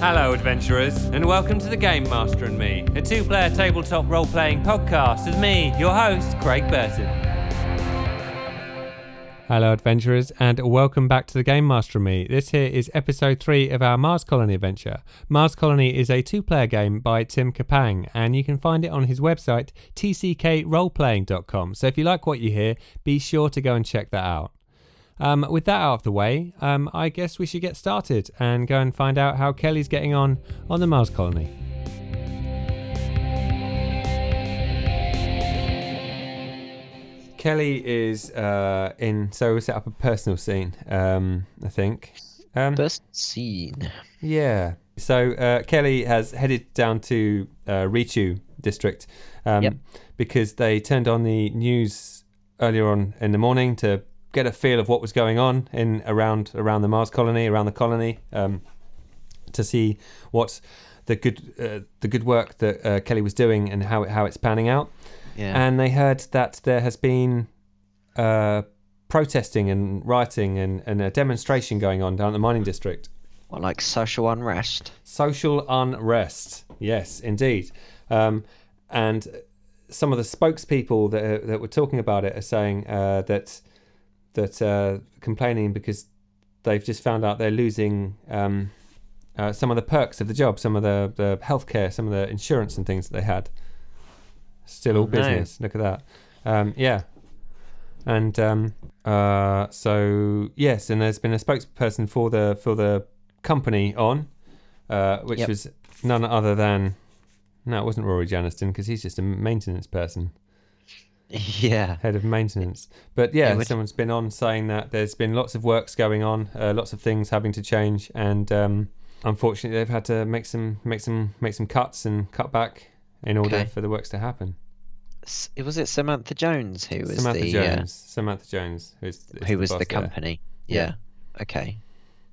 Hello, adventurers, and welcome to The Game Master and Me, a two player tabletop role playing podcast with me, your host, Craig Burton. Hello, adventurers, and welcome back to the Game Master and Me. This here is episode three of our Mars Colony adventure. Mars Colony is a two player game by Tim Kapang, and you can find it on his website, tckroleplaying.com. So if you like what you hear, be sure to go and check that out. Um, with that out of the way, um, I guess we should get started and go and find out how Kelly's getting on on the Mars Colony. Kelly is uh, in, so we set up a personal scene, um, I think. Um, First scene. yeah. So uh, Kelly has headed down to uh, Richu district um, Yep. because they turned on the news earlier on in the morning to get a feel of what was going on in around around the Mars colony, around the colony, um, to see what the good uh, the good work that uh, Kelly was doing and how it, how it's panning out Yeah. and they heard that there has been uh, protesting and rioting and, and a demonstration going on down at the mining district. what, like social unrest? Social unrest, yes, indeed. Um, and some of the spokespeople that, that were talking about it are saying uh, that that uh, complaining because they've just found out they're losing um, uh, some of the perks of the job, some of the, the healthcare, some of the insurance and things that they had. Still all Oh, no. business. Look at that. Um, yeah. And um, uh, so yes, and there's been a spokesperson for the for the company on, uh, which Yep. was none other than no, it wasn't Rory Janiston because he's just a maintenance person yeah. head of maintenance. But yeah, It would- someone's been on saying that there's been lots of works going on, uh, lots of things having to change, and um, unfortunately they've had to make some make some make some cuts and cut back in order Okay. for the works to happen. S- was it Samantha Jones who was Samantha the uh, Jones, Samantha Jones, who's, is who was boss the there. company? Yeah. Yeah. Okay.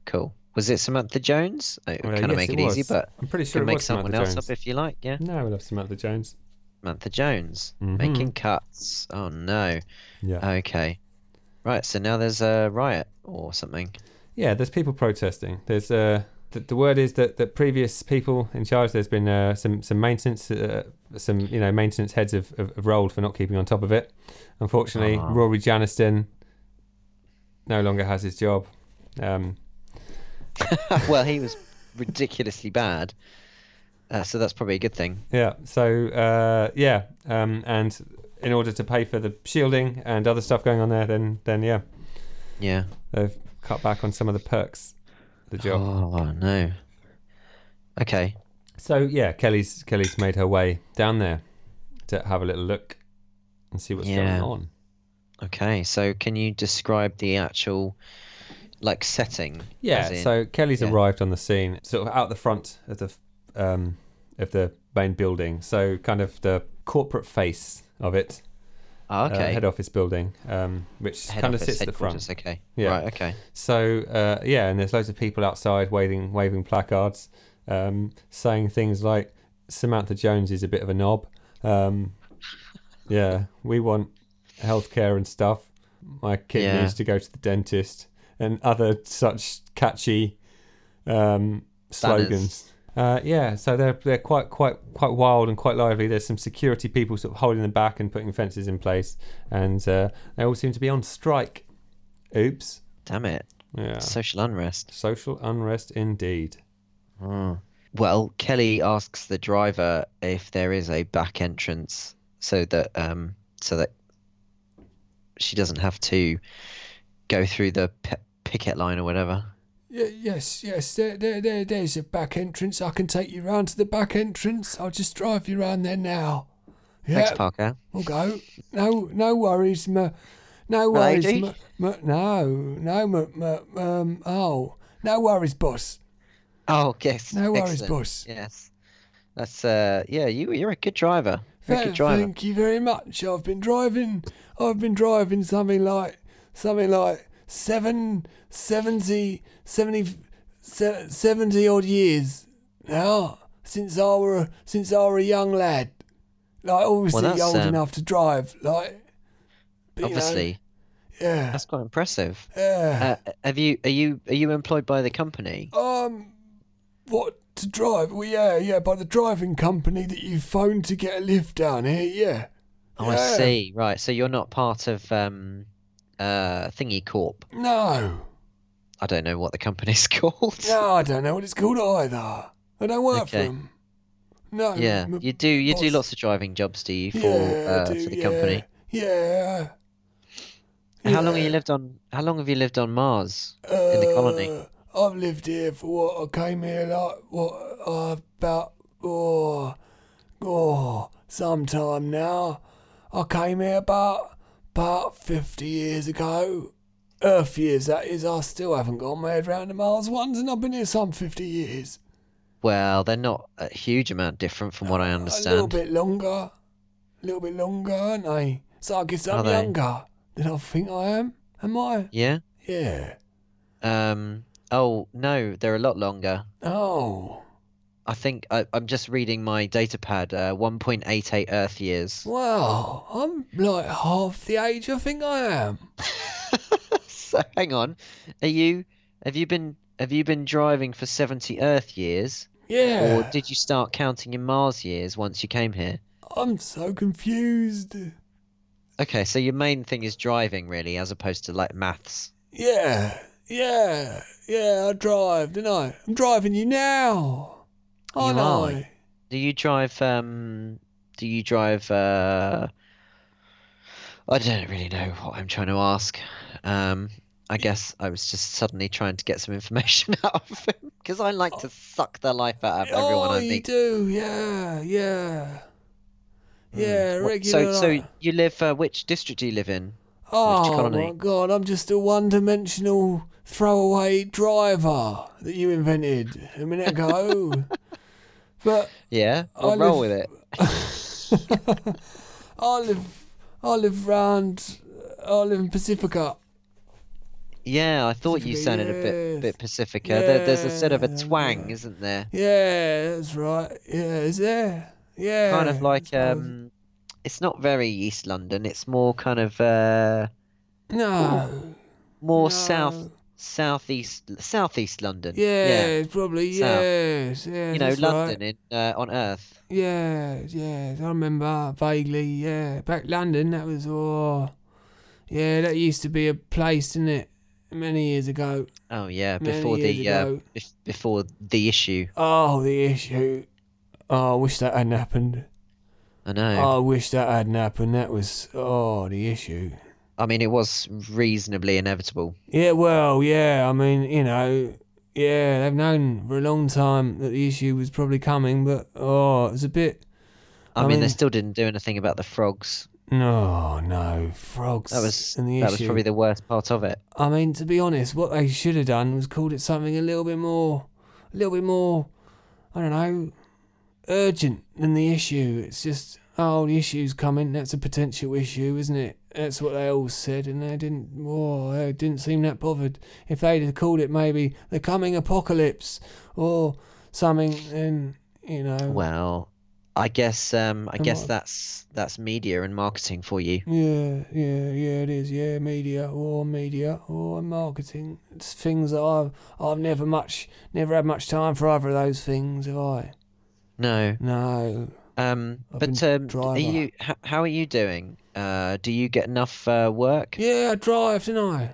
Cool. Was it Samantha Jones? I Well, kind of yes, make it, was. easy, but I'm pretty you sure can it make was someone Samantha else Jones. up if you like. Yeah. No, we love Samantha Jones. Samantha Jones Mhm. making cuts. Oh no. Yeah, Okay. Right. So now there's a riot or something. yeah. There's people protesting. There's uh, the, the word is that that previous people in charge. There's been uh, some some maintenance, uh, some you know maintenance heads have, have, have rolled for not keeping on top of it. Unfortunately, Ah. Rory Janiston no longer has his job. Um, well, he was ridiculously bad. Uh, so that's probably a good thing. yeah. So uh, yeah. Um, and in order to pay for the shielding and other stuff going on there, then then yeah, Yeah. they've cut back on some of the perks. of The job. Oh no. Okay. So yeah, Kelly's Kelly's made her way down there to have a little look and see what's Yeah. going on. Okay, so can you describe the actual like setting? Yeah. As in- so Kelly's yeah. arrived on the scene, sort of out the front of the um, of the main building. So kind of the corporate face of it, Ah, uh, okay. head office building, um, which Head kind of office, sits at the front. headquarters, Okay. Yeah. Right. Okay. So uh, yeah, and there's loads of people outside waving waving placards, um, saying things like Samantha Jones is a bit of a knob. Um, yeah, we want healthcare and stuff. My kid Yeah. needs to go to the dentist and other such catchy um, slogans. Uh, yeah, so they're they're quite quite quite wild and quite lively. There's some security people sort of holding them back and putting fences in place, and uh, they all seem to be on strike. Oops. Damn it. Yeah. Social unrest. Social unrest indeed. Mm. Well, Kelly asks the driver if there is a back entrance so that um so that she doesn't have to go through the pe- picket line or whatever. yes, yes. There, there, there, there's a back entrance. I can take you round to the back entrance. I'll just drive you round there now. Thanks, Parker. we'll go. No, no worries, ma. No worries, Lady? ma, ma, No, no, ma, ma, um. Oh, no worries, boss. Oh, yes. No worries, excellent. boss. Yes. That's uh yeah, you you're a good driver. You're a Thank- good driver. Thank you very much. I've been driving. I've been driving something like something like seven, 70, 70, se- 70 odd years now since I were a- since I were a young lad. Like obviously that's, old um, enough to drive. Like but, you know, Obviously. yeah, That's quite impressive. yeah. Uh, have you are you are you employed by the company? um, what to drive. Well, yeah, yeah, by the driving company that you phoned to get a lift down here. Yeah. Oh, I Yeah. see. Right, so you're not part of um, uh, Thingy Corp. No. I don't know what the company's called. No, I don't know what it's called either. I don't work for Okay. 'em. No. Yeah, m- you do. You do boss- lots of driving jobs, do you, for yeah, I uh, do, for the yeah, company? Yeah. How long have you yeah. lived on? How long have you lived on Mars in the colony? Uh, I've lived here for what I came here like what uh, about oh, oh some time now. I came here about about fifty years ago. Earth years that is. I still haven't got my head round the Mars ones, and I've been here some fifty years. Well, they're not a huge amount different from what I A little understand. bit longer, a little bit longer, aren't they? So I guess Are I'm they? younger than I think I am. Am I? Yeah. Yeah. Um. Oh no, they're a lot longer. Oh. I think I, I'm just reading my data pad. Uh, 1.88 Earth years. Wow, I'm like half the age I think I am. so hang on, are you? Have you been? Have you been driving for 70 Earth years, Yeah. or did you start counting in Mars years once you came here? I'm so confused. Okay, so your main thing is driving, really, as opposed to like maths. Yeah, yeah, yeah, I drive, didn't I? I'm driving you now. Aren't You are. I? Do you drive? Um, do you drive? Uh, I don't really know what I'm trying to ask. Um, I guess I was just suddenly trying to get some information out of him because I like to suck the life out of everyone oh, I you meet. do, yeah, yeah. Yeah, Hmm. What- regular. So, so you live? Uh, which district do you live in? oh colony? my god, I'm just a one-dimensional throwaway driver that you invented a minute ago. but Yeah, I I'll roll live- with it. I live, I live round, I live in Pacifica. Yeah, I thought you Pacifica, sounded a bit yes. bit Pacifica. There, there's a sort of a Yeah, twang, yeah. isn't there? Yeah, that's right. Yeah, is there? Yeah. kind of like I suppose. um it's not very east london it's more kind of uh No. more no. south southeast southeast london Yeah, it's probably south. yes. Yeah, you know that's london Right. in uh, on earth Yeah, yeah. I remember vaguely. Yeah, back London. That was oh, yeah. That used to be a place, didn't it? Many years ago. oh yeah Many before years the uh, ago. bef- before the issue Oh, the issue. Oh, I wish that hadn't happened. Oh, i know I wish that hadn't happened. That was oh the issue. i mean it was reasonably inevitable Yeah, well, yeah. I mean, you know, yeah, they've known for a long time that the issue was probably coming, but oh, it was a bit. i, I mean, they mean- still didn't do anything about the frogs No, no, frogs. that was and the that issue. was probably the worst part of it I mean, to be honest, what they should have done was called it something a little bit more, a little bit more, I don't know, urgent than the issue. It's just, oh, the issue's coming. That's a potential issue, isn't it? That's what they all said, and they didn't. Oh, they didn't seem that bothered. If they'd have called it maybe the coming apocalypse or something, then you know. well i guess um i And guess what- that's that's media and marketing for you Yeah, yeah, yeah, it is. Yeah, media or media or marketing. It's things that I've I've never much never had much time for either of those things, have I? no No. Um, I've but been um, are driver. you? H- how are you doing? Uh, do you get enough uh, work? Yeah, I drive, don't I?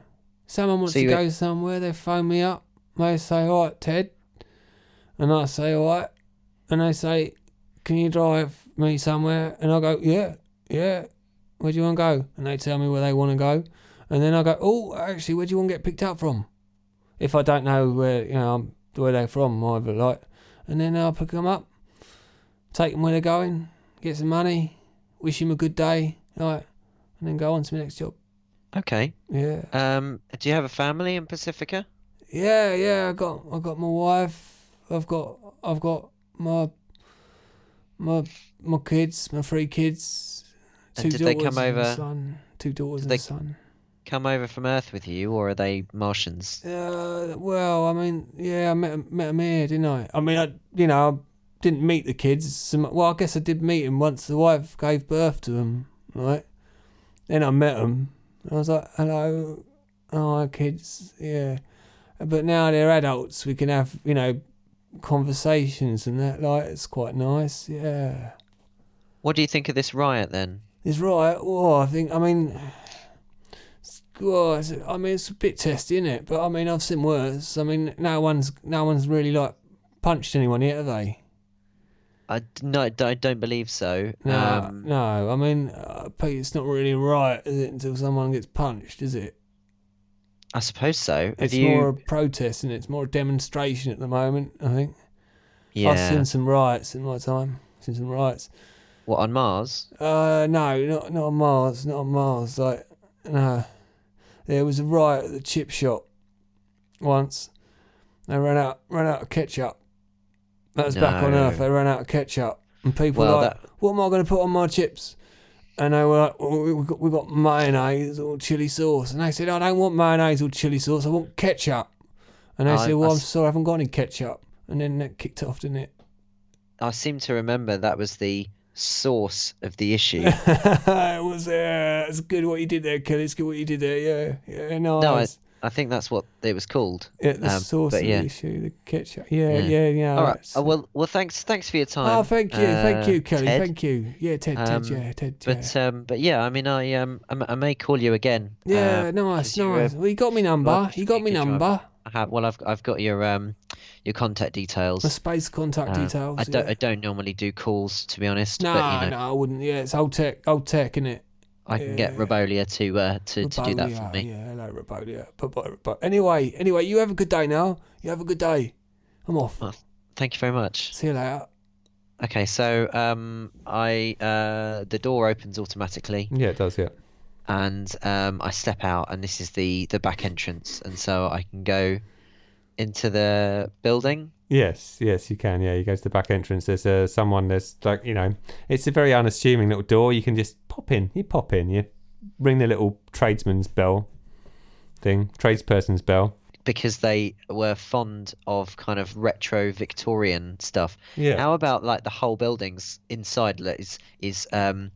Someone wants So to you- go somewhere, they phone me up. They say, All right, Ted and I say, All right and they say, Can you drive me somewhere? And I go, Yeah, yeah. Where do you wanna go? And they tell me where they wanna go. And then I go, Oh, actually where do you wanna get picked up from? If I don't know where you know I'm- where they're from either like and then I'll pick them up, take them where they're going, get some money, wish them a good day, like, and then go on to my next job. Okay. Yeah, Um, do you have a family in Pacifica? yeah, yeah. I got, I got my wife. I've got, I've got my, my, my kids, my three kids. And Two did they daughters come and a over- Son, two daughters did and they- a son. Come over from Earth with you, or are they Martians? Uh, well, I mean, yeah, I met 'em- met 'em here, didn't I? I mean, I, you know, I didn't meet the kids. so mu- Well, I guess I did meet them once the wife gave birth to them, right? Then I met them. I was like, hello, hi, kids, yeah. But now they're adults. We can have, you know, conversations and that. Like, it's quite nice. Yeah. What do you think of this riot then? It's right. Oh, I think. I mean, it's, oh, it's, I mean, it's a bit testy, isn't it? But I mean, I've seen worse. I mean, no one's no one's really like punched anyone yet, have they? I d- no, I d- I don't believe so. No, Um, no. I mean, uh, Pete, it's not really right, is it? Until someone gets punched, is it? I suppose so. Have It's you? more a protest and it's more a demonstration at the moment. I think I've yeah. seen some riots in my time. Seen some riots. What on Mars? Uh, no, not not on Mars, not on Mars. Like, no, there was a riot at the chip shop once. They ran out, ran out of ketchup. That was back on No. Earth. They ran out of ketchup, and people Well, were like, "What am I going to put on my chips?" And they were like, well, we- "We've got, we've got mayonnaise or chili sauce," and they said, "I don't want mayonnaise or chili sauce. I want ketchup." And they I- said, I "Well, I'm s- sorry, I haven't got any ketchup." And then that kicked off, didn't it? I seem to remember that was the source of the issue. it was uh, it's good what you did there, Kelly. It's good what you did there. Yeah, yeah, nice. No, I, I think that's what it was called. yeah, the um, sauce but of yeah. the issue, the ketchup. Yeah. Yeah, yeah, yeah. All right. that's- Oh, well, well, thanks, thanks for your time. oh, thank you, thank uh, you, Kelly. Ted. Thank you. Yeah, Ted, Um, Ted, yeah, Ted. But um, but yeah, I mean, I um, I, m- I may call you again. yeah, uh, yeah nice, you, uh, nice. Well, you got me number. like You got me speaker driver. number. I have, well, I've I've got your um, your contact details. The space contact Uh, details. I don't yeah. I don't normally do calls to be honest. No, but, you know, no, I wouldn't. Yeah, it's old tech, old tech, innit? I can get yeah. Robolia to uh to, to do that for Rabolia, me. Yeah, hello, Rabolia. But, but, but anyway, anyway, you have a good day now. You have a good day. I'm off. Well, Thank you very much. See you later. Okay, so um, I uh, the door opens automatically, Yeah, it does. Yeah. and um, I step out, and this is the the back entrance, and so I can go into the building. Yes, yes, you can. Yeah, you go to the back entrance. There's uh, someone. There's like you know, it's a very unassuming little door. You can just pop in. You pop in. You ring the little tradesman's bell thing, tradesperson's bell. Because they were fond of kind of retro Victorian stuff. Yeah. How about like the whole buildings inside like, is is um,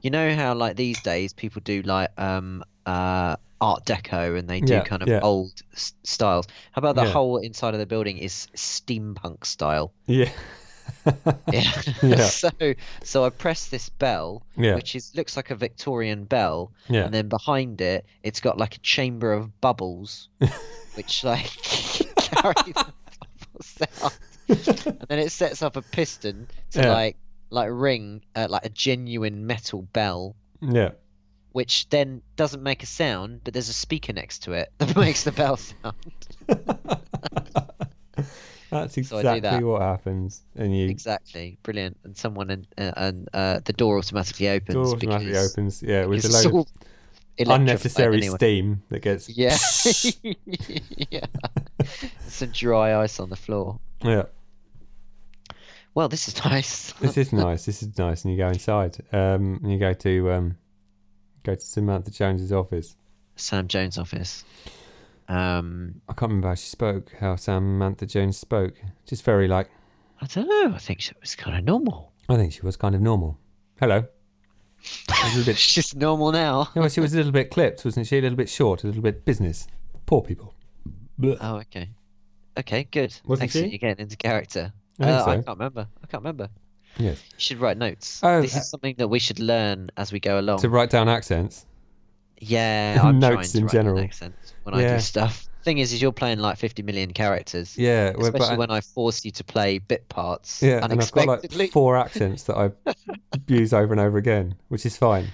you know how like these days people do like um uh Art Deco and they do Yeah, kind of yeah. old s- styles. How about the Yeah. whole inside of the building is steampunk style? yeah. Yeah. Yeah. so so I press this bell, Yeah. which is looks like a Victorian bell, Yeah. and then behind it, it's got like a chamber of bubbles, which like carry the bubbles out, and then it sets up a piston to Yeah. like like ring uh, like a genuine metal bell. Yeah. Which then doesn't make a sound, but there's a speaker next to it that makes the bell sound. That's So I exactly do that. what happens. And you Exactly, brilliant. And someone and and uh, the door automatically opens. door automatically because- opens. Yeah, with a It's just load of all electrified unnecessary anyway. steam that gets. Yeah. yeah. Some dry ice on the floor. yeah. Well, this is nice. this is nice. This is nice. And you go inside. Um, and you go to um, go to Samantha Jones's office. Sam Jones' office. Um, I can't remember how she spoke. How Samantha Jones spoke. Just very like. I don't know. I think she was kind of normal. I think she was kind of normal. Hello. A little bit. She's normal now. No, she was a little bit clipped, wasn't she? A little bit short. A little bit business. Poor people. Oh, okay. Okay, good. Wasn't Excellent. she? You're getting into character. I think uh, I so. can't remember. I can't remember. Yes. You should write notes. Oh, this uh, is something that we should learn as we go along. To write down accents. Yeah, I'm Notes in trying to write an general. accent when I Yeah. do stuff. Thing is, is you're playing like 50 million characters. Yeah. well, especially when I force you to play bit parts Yeah, and I've got unexpectedly. like four accents that I use over and over again, which is fine.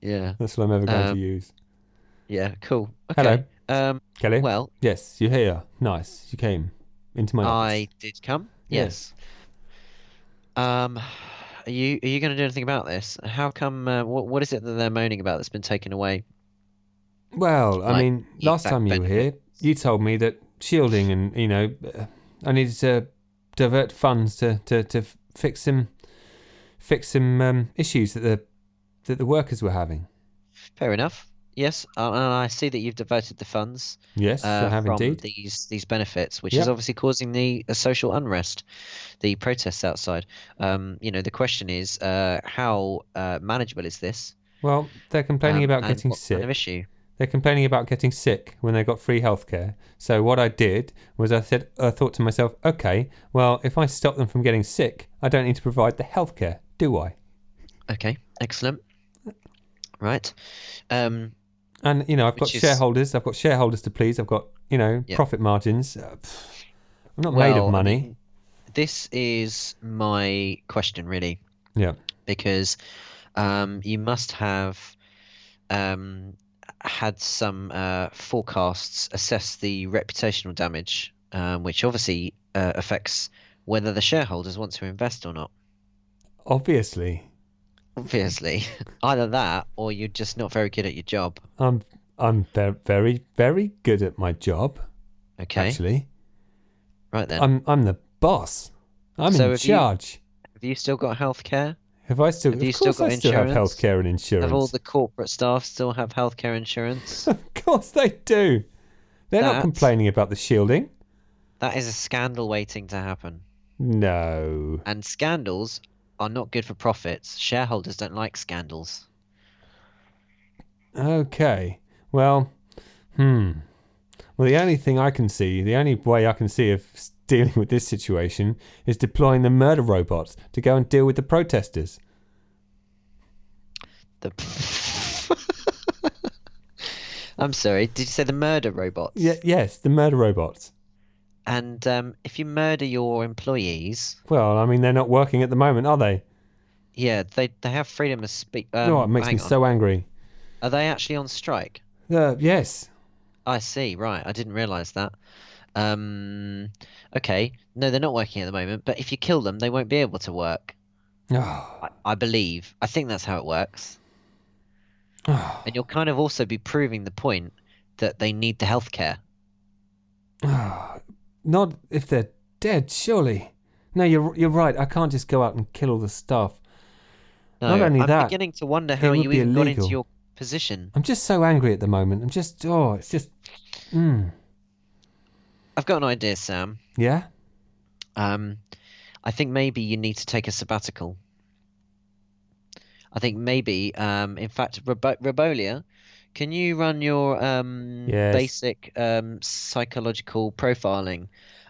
Yeah, That's what I'm ever going Um, to use. yeah, cool. Hello. Okay. Um, Kelly? well, yes, you're here. Nice. You came into my office. I did come. Yes. Um, are you are you going to do anything about this? How come? Uh, what what is it that they're moaning about that's been taken away? Well, I like, mean, eat last back time you were here, you told me that shielding and, you know, uh, I needed to divert funds to, to, to f- fix some fix some um, issues that the that the workers were having. Fair enough. Yes, uh, and I see that you've diverted the funds Yes, uh, I have from indeed. these these benefits, which is Yep. obviously causing the uh, social unrest, the protests outside. Um, you know, the question is, uh, how uh, manageable is this? Well, they're complaining Um, about and getting what kind sick. of issue? They're complaining about getting sick when they got free healthcare. So what I did was I said I thought to myself, okay, well if I stop them from getting sick, I don't need to provide the healthcare, do I? Okay, excellent. Right. Um, And you know I've got Which is- shareholders, I've got shareholders to please, I've got you know Yeah. profit margins. Uh, pff, I'm not made Well, I of money. mean, this is my question, really, yeah. because um, you must have um, had some uh, forecasts assess the reputational damage, um, which obviously uh, affects whether the shareholders want to invest or not. Obviously, Obviously, either that or you're just not very good at your job. I'm I'm ve- very very good at my job. Okay, Actually, right then. I'm I'm the boss. I'm So in have you- charge. Have you still got healthcare? Have I still? have of you still course, I got still have insurance? healthcare and insurance. Have all the corporate staff still have healthcare insurance? Of course they do. They're not That- complaining about the shielding. that is a scandal waiting to happen. No. And scandals are not good for profits. Shareholders don't like scandals. Okay. Well, hmm. Well, the only thing I can see, the only way I can see of s- dealing with this situation is deploying the murder robots to go and deal with the protesters. The I'm sorry. Did you say the murder robots? Yeah, yes, the murder robots. And um, if you murder your employees, Well, I mean, they're not working at the moment, are they? yeah, they they have freedom of speech. Um, You know what? It makes me hang on. so angry. Are they actually on strike? Uh, yes. I see. Right. I didn't realize that. Um. Okay. No, they're not working at the moment. But if you kill them, they won't be able to work. Oh, Ah. I, I believe. I think that's how it works. oh, And you'll kind of also be proving the point that they need the healthcare. oh. Not if they're dead, surely. No, you're you're right. I can't just go out and kill all the staff. No, Not only I'm that, beginning to wonder it how would you be even got illegal. into your position. I'm just so angry at the moment. I'm just oh, it's just. Mm. I've got an idea, Sam. Yeah. Um, I think maybe you need to take a sabbatical. I think maybe, um, in fact, Robo- Robolia, can you run your um, Yes. basic um, psychological profiling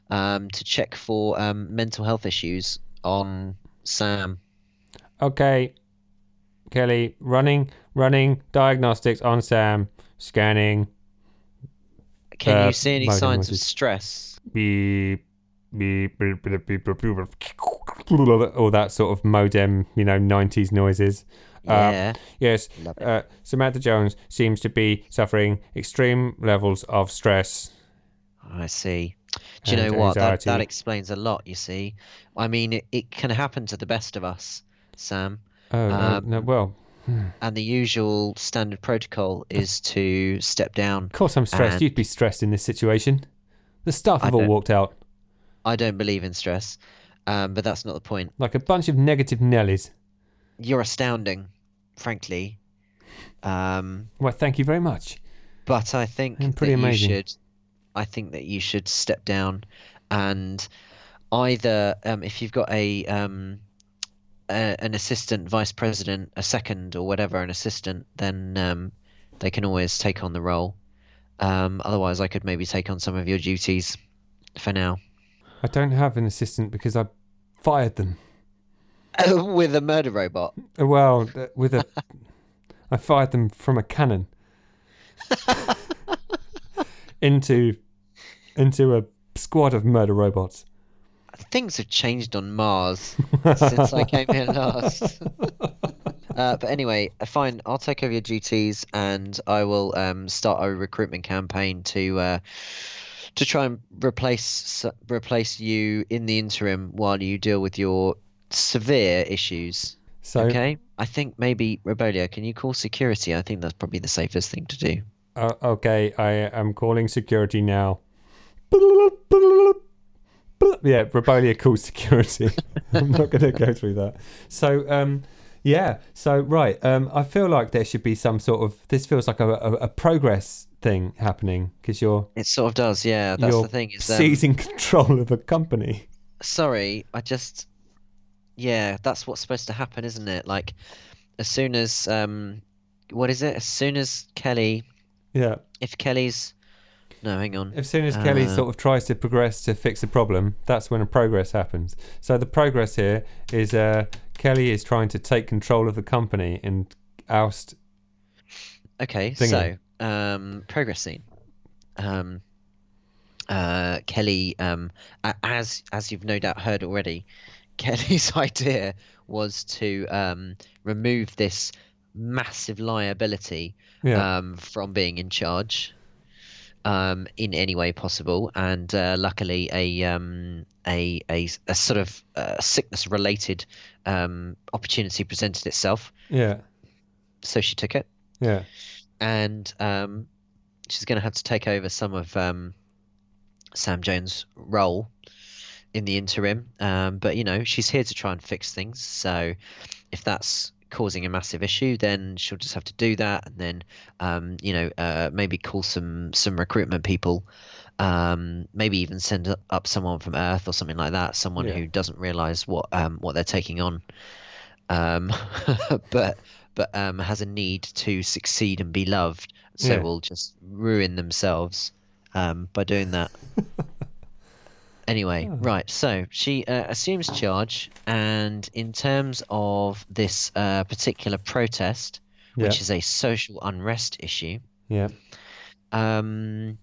um, to check for um, mental health issues on Sam? Okay. Kelly, running, running diagnostics on Sam, scanning. Can Uh, you see any my signs of diagnosis. stress? beep, beep, beep, beep, beep, beep, beep, beep, all that sort of modem, you know, 90s noises. Uh, yeah. Yes, Love it. uh, Samantha Jones seems to be suffering extreme levels of stress. I see. Do you and know what? That, that anxiety. explains a lot, you see. I mean, it, it can happen to the best of us, Sam. Oh, no, Um, no, well, And the usual standard protocol is to step down. of course I'm stressed. and- You'd be stressed in this situation. The staff I have all don't- walked out I don't believe in stress, um, but that's not the point. like a bunch of negative Nellies. You're astounding, frankly. Um, Well, thank you very much. but I think I'm Mm, pretty that amazing. you should. I think that you should step down, and either um, if you've got a, um, a an assistant vice president, a second or whatever, an assistant, then um, they can always take on the role. Um, otherwise, I could maybe take on some of your duties for now. I don't have an assistant because I fired them. With a murder robot. Uh, Well, uh, with a, I fired them from a cannon into into a squad of murder robots. Things have changed on Mars since I came here last. uh, but anyway, uh, fine. I'll take over your duties, and I will um, start a recruitment campaign to uh, to try and replace s- replace you in the interim while you deal with your severe issues. So, okay. I think maybe Robolia, can you call security? I think that's probably the safest thing to do. uh, okay, I am calling security now. Yeah, Robolia calls security. I'm not going to go through that. So, um, yeah. So, right. Um, I feel like there should be some sort of. This feels like a, a, a progress thing happening because you're It sort of does, yeah. That's You're the thing. Is um, seizing control of a company. sorry, I just yeah, that's what's supposed to happen, isn't it? Like as soon as um what is it? As soon as Kelly Yeah. If Kelly's, no, hang on. As soon as Kelly Uh, sort of tries to progress to fix a problem, that's when a progress happens. So the progress here is uh, Kelly is trying to take control of the company and oust. Okay, thingy. so um, progress scene. Um, uh, Kelly, um, a- as as you've no doubt heard already, Kelly's idea was to um, remove this massive liability Yeah. um, from being in charge um, in any way possible, and uh, luckily a, um, a a a sort of uh, sickness related um, opportunity presented itself, yeah. so she took it Yeah. and um, she's going to have to take over some of um, Sam Jones' role in the interim. Um, but you know, she's here to try and fix things. So if that's causing a massive issue, then she'll just have to do that, and then um, you know, uh, maybe call some some recruitment people. Um, maybe even send u- up someone from Earth or something like that, someone Yeah. who doesn't realise what um, what they're taking on, um, but but um, has a need to succeed and be loved, so Yeah. will just ruin themselves um, by doing that. Anyway, right. So she uh, assumes charge, and in terms of this uh, particular protest, Yeah. which is a social unrest issue, Yeah. um,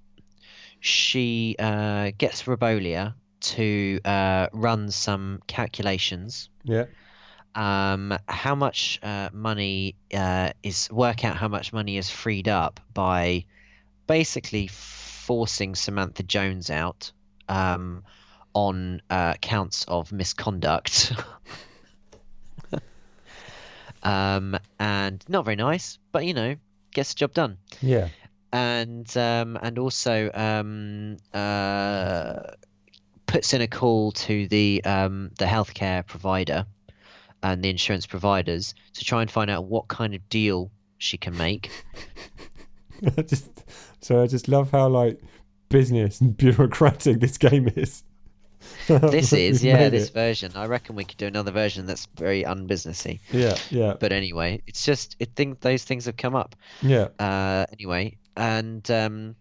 she uh, gets Robolia to uh, run some calculations. Yeah. Um, how much uh, money uh, is work out? How much money is freed up by basically forcing Samantha Jones out um, on uh, counts of misconduct. um, and not very nice, but you know, gets the job done Yeah. and um, and also um, uh, puts in a call to the um, the healthcare provider and the insurance providers to try and find out what kind of deal she can make. I just so I just love how like business and bureaucratic this game is. This is We've yeah, made this it. version. I reckon we could do another version that's very unbusinessy. Yeah. Yeah. But anyway, it's just it think those things have come up. Yeah. uh, anyway, and um,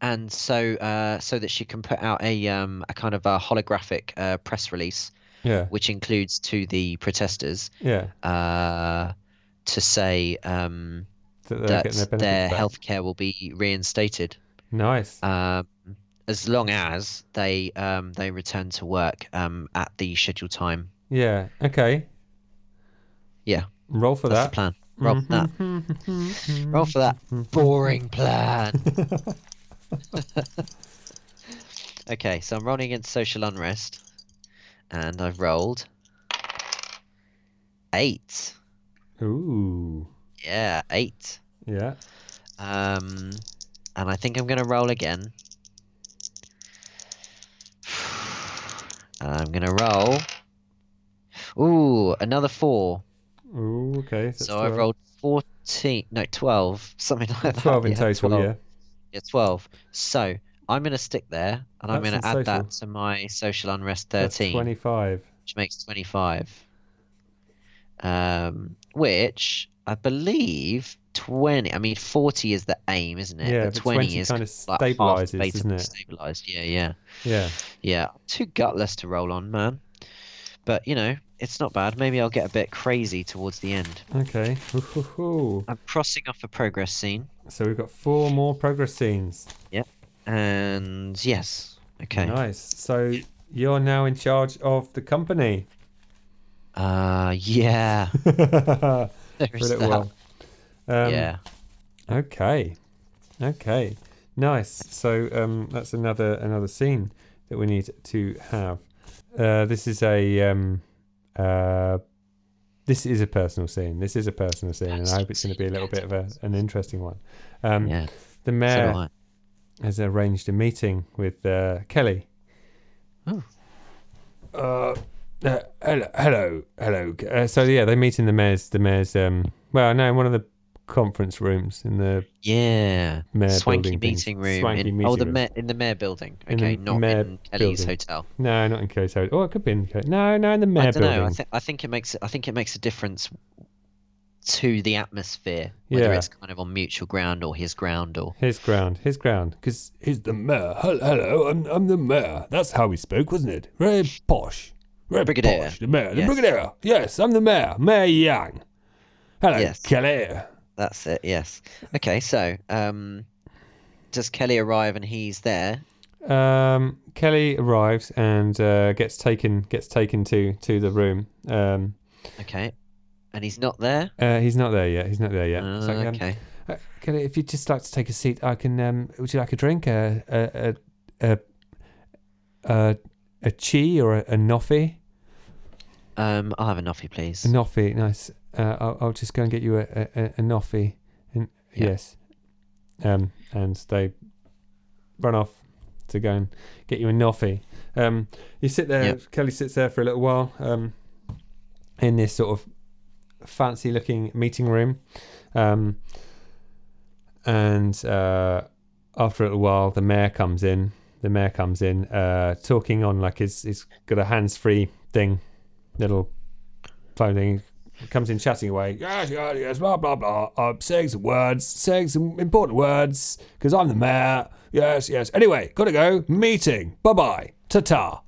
and so uh, so that she can put out a um, a kind of a holographic uh, press release, Yeah. which includes to the protesters Yeah. uh, to say um, That they're that getting their their, benefits back. healthcare will be reinstated Nice. um, as long as they um, they return to work um, at the scheduled time. Yeah. Okay. Yeah, Roll for that's that. the plan. Roll Mm-hmm. for that. Roll for that boring plan. okay, so I'm rolling against social unrest, and I've rolled eight. Ooh. Yeah, eight. Yeah. Um, and I think I'm gonna roll again. And I'm gonna roll. Ooh, another four. Ooh. Okay. that's so I've 12. rolled fourteen, no, twelve, something like that. twelve in yeah, total. 12. Yeah. Yeah, 12. So I'm going to stick there and I'm going That's to in add that social. to my social unrest That's 13, Twenty-five. which makes 25. Um, which I believe 20, I mean, 40 is the aim, isn't it? Yeah, But but 20 is kinda like half stabilises, the way to doesn't it? Stabilised, yeah, yeah. Yeah. Yeah, I'm too gutless to roll on, man. But, you know, it's not bad. Maybe I'll get a bit crazy towards the end. Okay. Ooh-hoo-hoo. I'm crossing off a progress scene. So we've got four more progress scenes. And yes. Okay. Nice. So you're now in charge of the company. Uh, yeah. For There a is little that. while. Um, yeah. Okay. Okay. Nice. So um, that's another another scene that we need to have. Uh, this is a um, uh, this is a personal scene. This is a personal scene, and I hope it's going to be a little bit of a, an interesting one. Um, Yeah. The So mayor do I. has arranged a meeting with uh, Kelly. Uh, uh, hello, hello, hello. Uh, so yeah, they meet in the mayor's the mayor's um, well, no, in one of the conference rooms in the Yeah. mayor Swanky uh, building thing. meeting room. Swanky in, meeting oh, the room. mayor, in the mayor building. In the Okay, not mayor in Kelly's building. hotel. No, not in Kelly's house. Oh, it could be in Kelly. No, no, in the mayor I don't building. know. I think I think it makes I think it makes a difference to the atmosphere, whether Yeah. it's kind of on mutual ground or his ground or His ground, his ground. Because he's the mayor. Hel- Hello, I'm, I'm the mayor. That's how we spoke, wasn't it? Very posh. Very Brigadier. posh. The mayor. Yes. The brigadier. Yes, I'm the mayor. Mayor Yang. Hello, Yes. Kelly. that's it. Yes. Okay. So, um, does Kelly arrive and he's there? Um, Kelly arrives and uh, gets taken gets taken to to the room. Um, Okay. And he's not there. uh, he's not there yet. He's not there yet. Uh, It's like, um, okay. Uh, Kelly, if you'd just like to take a seat, I can. Um, would you like a drink? A a a a, a, a chi or a, a noffy? Um, I'll have a noffy, please. A noffy, nice. Uh, I'll, I'll just go and get you a a, a, a noffy. And Yeah. yes, um, and they run off to go and get you a noffy. Um, you sit there. Yep. Kelly sits there for a little while. Um, in this sort of fancy-looking meeting room, um, and uh, after a little while, the mayor comes in. The mayor comes in, uh, talking on like his he's got a hands-free thing, little phone thing. Comes in chatting away. Yes, yes, yes, blah, blah, blah. I'm saying some words, saying some important words, because I'm the mayor. Yes, yes. Anyway, gotta go. Meeting. Bye bye. Ta ta.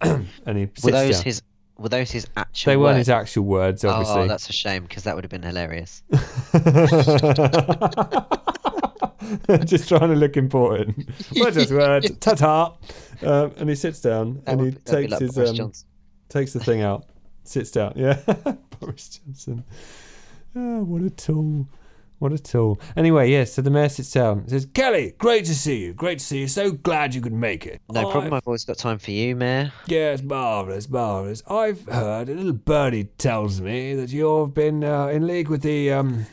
and he Were sits those down. his? Were those his actual? they weren't words? his actual words, obviously. Oh, that's a shame because that would have been hilarious. just trying to look important. What's his words? Ta ta. Um, and he sits down That and would he be- that'd be takes like his Boris um, Johnson. takes the thing out, sits down. Yeah, Boris Johnson. Oh, what a tool! What a tool. Anyway, yes. so the mayor sits down. Says, Kelly, great to see you. Great to see you. So glad you could make it. No problem. Oh, I've- I've always got time for you, Mayor. Yes, marvelous, marvelous. I've heard a little birdie tells me that you've been uh, in league with the um,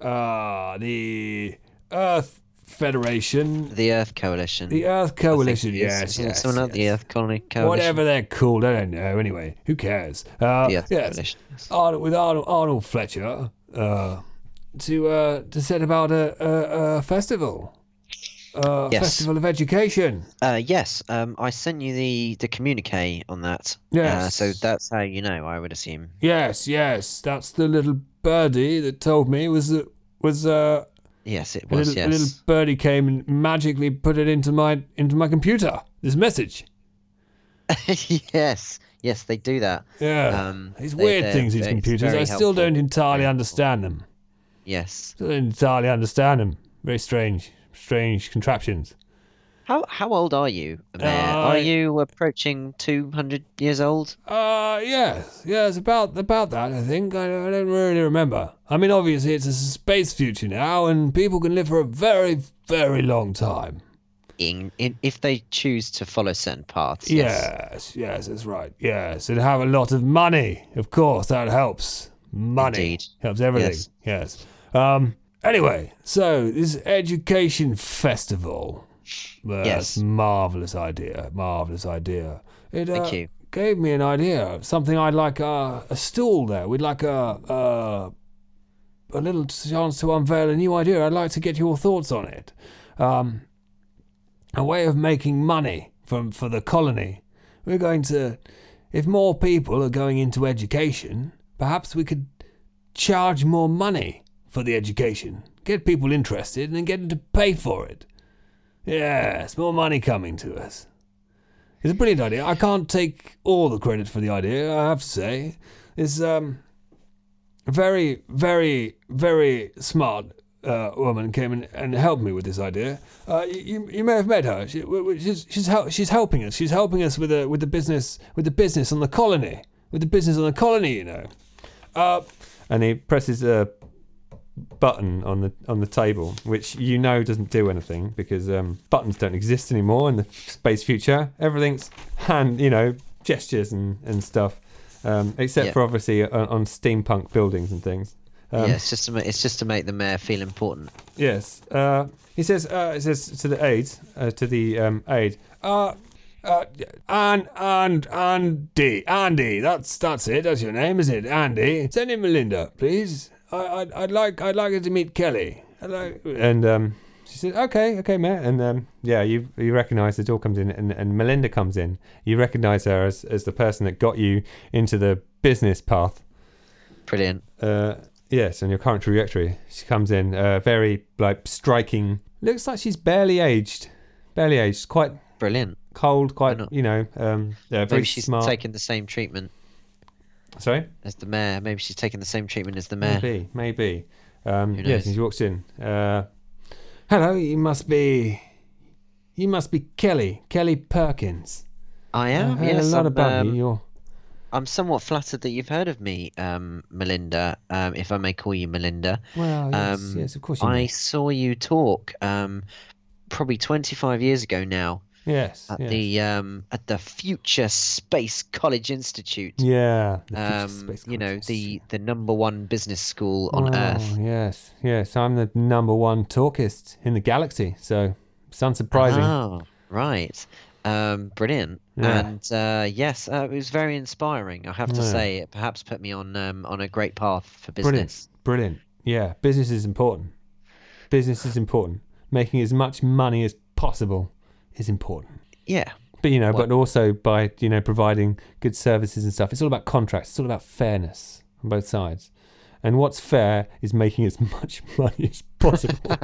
uh, the Earth Federation, The Earth Coalition. the Earth I think Coalition. it is. Yes, Isn't it yes, Someone like the yes. Earth Colony Coalition. Whatever they're called, I don't know. Anyway, who cares? Uh, The Earth yes, Coalition. Arnold, with Arnold, Arnold Fletcher uh, to uh, to set about a, a, a festival, uh, Yes. festival of education. Uh, yes, um, I sent you the the communique on that. Uh, Yes. so that's how you know, I would assume. Yes, yes, that's the little birdie that told me was that was uh, Yes, it a was. little, a yes. little birdie came and magically put it into my into my computer. This message. yes. Yes, they do that. Yeah. Um, These they- weird they're- things, these they're- it's computers. very I still don't helpful. entirely Very understand them. Yes. Still don't entirely understand them. Very strange, strange contraptions. How how old are you, Mayor? I- Are you approaching two hundred years old? Uh, yes, yes, about about that. I think I, I don't really remember. I mean, obviously, it's a space future now, and people can live for a very, very long time. In, in if they choose to follow certain paths. Yes. Yes, yes, that's right. Yes, and have a lot of money. Of course, that helps. Money Indeed. helps everything. Yes. Yes. Um. Anyway, so this education festival. uh, Yes. Yes. Marvelous idea. Marvelous idea. It, uh, Thank you. Gave me an idea. of Something I'd like uh, a stool there. We'd like a uh, a little chance to unveil a new idea. I'd like to get your thoughts on it. Um, a way of making money from for the colony. We're going to, if more people are going into education, perhaps we could charge more money for the education, get people interested, and then get them to pay for it. Yes, more money coming to us. It's a brilliant idea. I can't take all the credit for the idea. I have to say, it's um, very, very, very smart uh, woman came and, and helped me with this idea. Uh, you, you may have met her. She, w- w- she's she's, hel- she's helping us. She's helping us with the with the business with the business on the colony with the business on the colony. You know. Uh, and he presses a button on the on the table, which you know doesn't do anything because um, buttons don't exist anymore in the space future. Everything's hand, you know, gestures and and stuff, um, except Yeah. for obviously on, on steampunk buildings and things. Um, yeah, it's just to ma- it's just to make the mayor feel important. Yes. Uh, he says. Uh, he says to the aide, uh, to the um, aide. uh, uh, and and Andy, Andy. That's that's it. That's your name, is it, Andy? Send in Melinda, please. I, I'd, I'd like I'd like her to meet Kelly. I'd like, and um, she said, "Okay, okay, Matt." And um, yeah, you you recognise the door comes in, and, and Melinda comes in. You recognise her as as the person that got you into the business path. Brilliant. Uh, yes, and your current trajectory. She comes in uh, very like striking. Looks like she's barely aged, barely aged. Quite Brilliant. cold, quite not? you know, um, yeah, very Maybe she's smart. taking the same treatment Sorry, as the mayor. Maybe she's taking the same treatment as the mayor. maybe, maybe. Um, Who yes, knows? and she walks in. Uh, Hello, you must be, you must be Kelly, Kelly Perkins. I I am. heard yes, a lot I'm, Uh, about um, you. You're I'm somewhat flattered that you've heard of me, um, Melinda, um, if I may call you Melinda. well, yes, um, yes, of course you. I may. saw you talk um, probably 25 years ago now yes, at yes. the um, at the Future Space College Institute. yeah, the future Um, space you know contest. the the number one business school Oh, on Wow, Earth. Yes, yes. I'm the number one talkist in the galaxy, so it's unsurprising. Oh, right. Um, brilliant. Yeah. And uh, yes, uh, it was very inspiring. I have to Yeah. say, it perhaps put me on um, on a great path for Brilliant. business. Brilliant. Yeah, business is important. Business is important. Making as much money as possible is important. Yeah. But you know, What- but also by you know providing good services and stuff. It's all about contracts. It's all about fairness on both sides. And what's fair is making as much money as possible.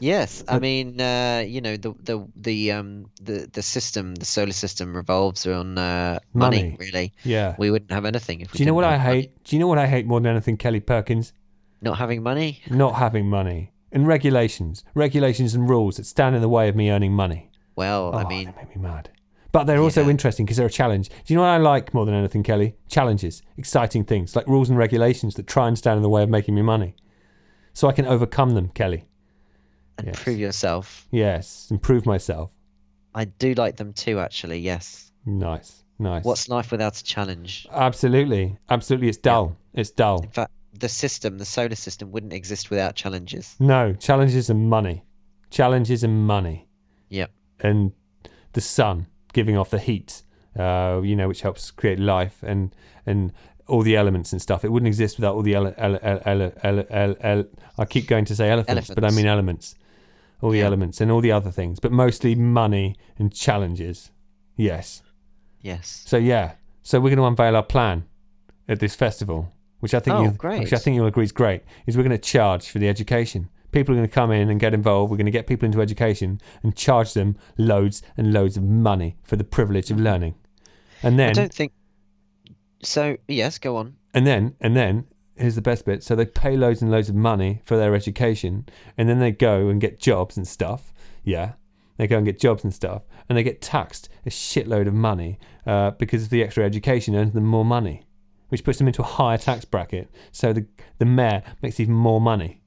yes, I mean, uh, you know, the the the um the the system, the solar system revolves on uh, money, Money. Really, yeah. we wouldn't have anything if we. Do you know didn't what I have money. hate? Do you know what I hate more than anything, Kelly Perkins? Not having money. not having money and regulations, regulations and rules that stand in the way of me earning money. Well, oh, I mean, they make me mad. But they're also Yeah. interesting because they're a challenge. Do you know what I like more than anything, Kelly? Challenges, exciting things like rules and regulations that try and stand in the way of making me money, so I can overcome them, Kelly. and yes. prove yourself. Yes, improve myself. I do like them too, actually. Yes. Nice, nice. What's life without a challenge? absolutely, absolutely? It's dull. It's dull. In fact, the system, the solar system, wouldn't exist without challenges. No challenges and money, challenges and money. Yep. and the sun giving off the heat, uh, you know, which helps create life and and all the elements and stuff. It wouldn't exist without all the ele- ele- ele- ele- ele- ele- ele- I keep going to say elephants, but I Elephants. mean elements, all the Yeah. elements and all the other things, but mostly money and challenges. Yes. Yes. So yeah. So we're going to unveil our plan at this festival, which I think Oh, you, great. which I think you'll agree is great. Is we're going to charge for the education. People are going to come in and get involved. We're going to get people into education and charge them loads and loads of money for the privilege of learning. And I then, don't think. So yes, go on. and then, and then, here's the best bit. So they pay loads and loads of money for their education, and then they go and get jobs and stuff. Yeah, they go and get jobs and stuff, and they get taxed a shitload of money uh, because the extra education earns them more money, which puts them into a higher tax bracket. So the the mayor makes even more money.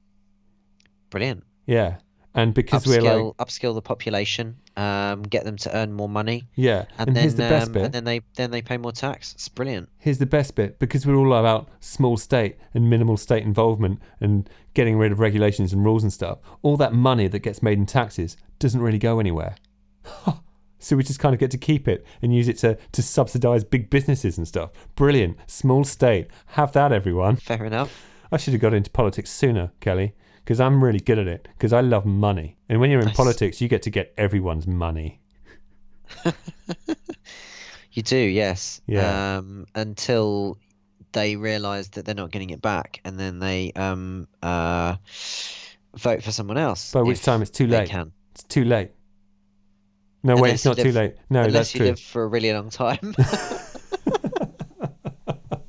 Brilliant. Yeah, and because Upskill, we're like, upskill the population. Um, get them to earn more money, yeah, and, and, then here's the best um, bit. and then they then they pay more tax. It's brilliant. Here's the best bit because we're all about small state and minimal state involvement and getting rid of regulations and rules and stuff. All that money that gets made in taxes doesn't really go anywhere. so we just kind of get to keep it and use it to, to subsidize big businesses and stuff. Brilliant. Small state. Have that, everyone. Fair enough. I should have got into politics sooner, Kelly, because I'm really good at it because I love money. And when you're in Nice. politics, you get to get everyone's money. You do, yes. Yeah. Um, until they realise that they're not getting it back, and then they um uh vote for someone else. By which if time it's too they late. can. It's too late. No, wait, Unless it's you not live- too late. No, Unless Oh, that's you true. live for a really long time.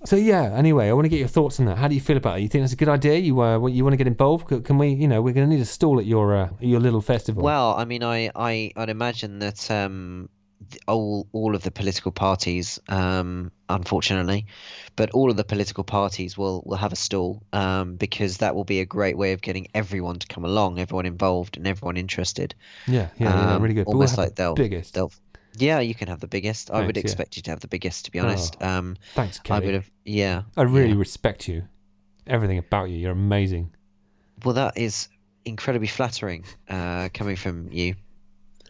So yeah. Anyway, I want to get your thoughts on that. How do you feel about it? You think that's a good idea? You uh, what- you want to get involved? C- Can we? You know, we're going to need a stall at your uh, your little festival. Well, I mean, I, I I'd imagine that um, th- all all of the political parties, um, unfortunately, but all of the political parties will will have a stall um, because that will be a great way of getting everyone to come along, everyone involved, and everyone interested. yeah, yeah, yeah, um, really good. But we'll almost have like the they'll- biggest. They'll, yeah, you can have the biggest. I Thanks, would yeah. Oh, expect you to have the biggest, to be honest. um, Thanks, I Kelly. would I, have, yeah. really yeah. respect you. Everything about you. You're amazing. Well, that is incredibly flattering uh, coming from you.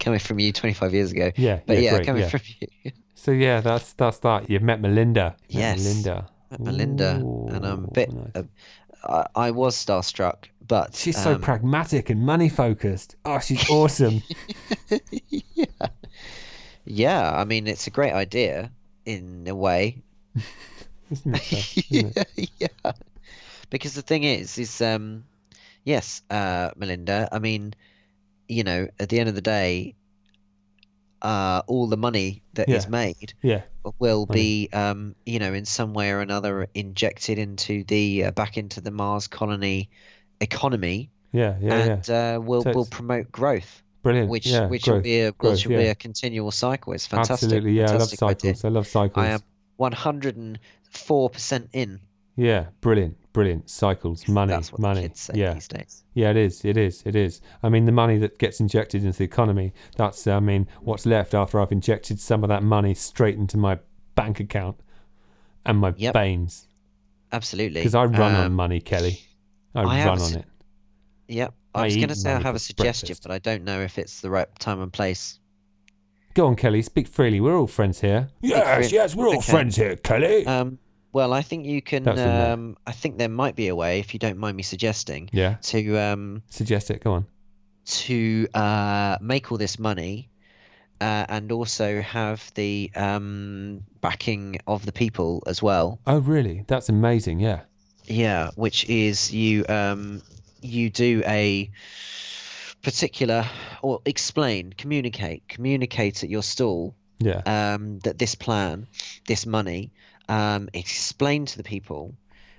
coming from you 25 years ago. Yeah, But yeah, yeah, great, coming yeah. from you. So yeah, that's that's that. You've met Melinda. You've met Yes. Melinda. Melinda, and I'm a Ooh, bit. nice. uh, I, I was starstruck, but She's so um, pragmatic and money focused. Oh, she's awesome. yeah. I mean, it's a great idea in a way, Isn't it? Jess, isn't it? yeah, yeah. Because the thing is, is um, yes, uh, Melinda. I mean, you know, at the end of the day, uh, all the money that is Yeah. made Yeah. will Money. be, um, you know, in some way or another, injected into the uh, back into the Mars colony economy, Yeah. Yeah. yeah. and uh, will So will it's- promote growth, Brilliant. which yeah, which will growth. be a growth, which will be yeah. a continual cycle. It's fantastic. Absolutely. Yeah. I love fantastic idea. cycles. I love cycles. I am one hundred and four percent in. Yeah. Brilliant. Brilliant. Cycles. Money. That's what money. the kids say yeah. these days. Yeah, it is. It is. It is. I mean, the money that gets injected into the economy, that's, I mean, what's left after I've injected some of that money straight into my bank account and my Yep. veins. Absolutely. Because I run on Um, money, Kelly. I, I have run a on s- it. Yep. I I was going eat to say I money have a for suggestion, breakfast. but I don't know if it's the right time and place. Go on, Kelly. Speak freely. We're all friends here. Yes, Okay. yes, we're all Okay. friends here, Kelly. Um, well, I think you can. That's in there. Um, I think there might be a way, if you don't mind me suggesting, Yeah. to um, Suggest it. Go on. to uh, make all this money, uh, and also have the um, backing of the people as well. Oh, really? That's amazing. Yeah. Yeah, which is you um, you do a particular or explain, communicate, communicate at your stall Yeah. um, that this plan, this money, um, explain to the people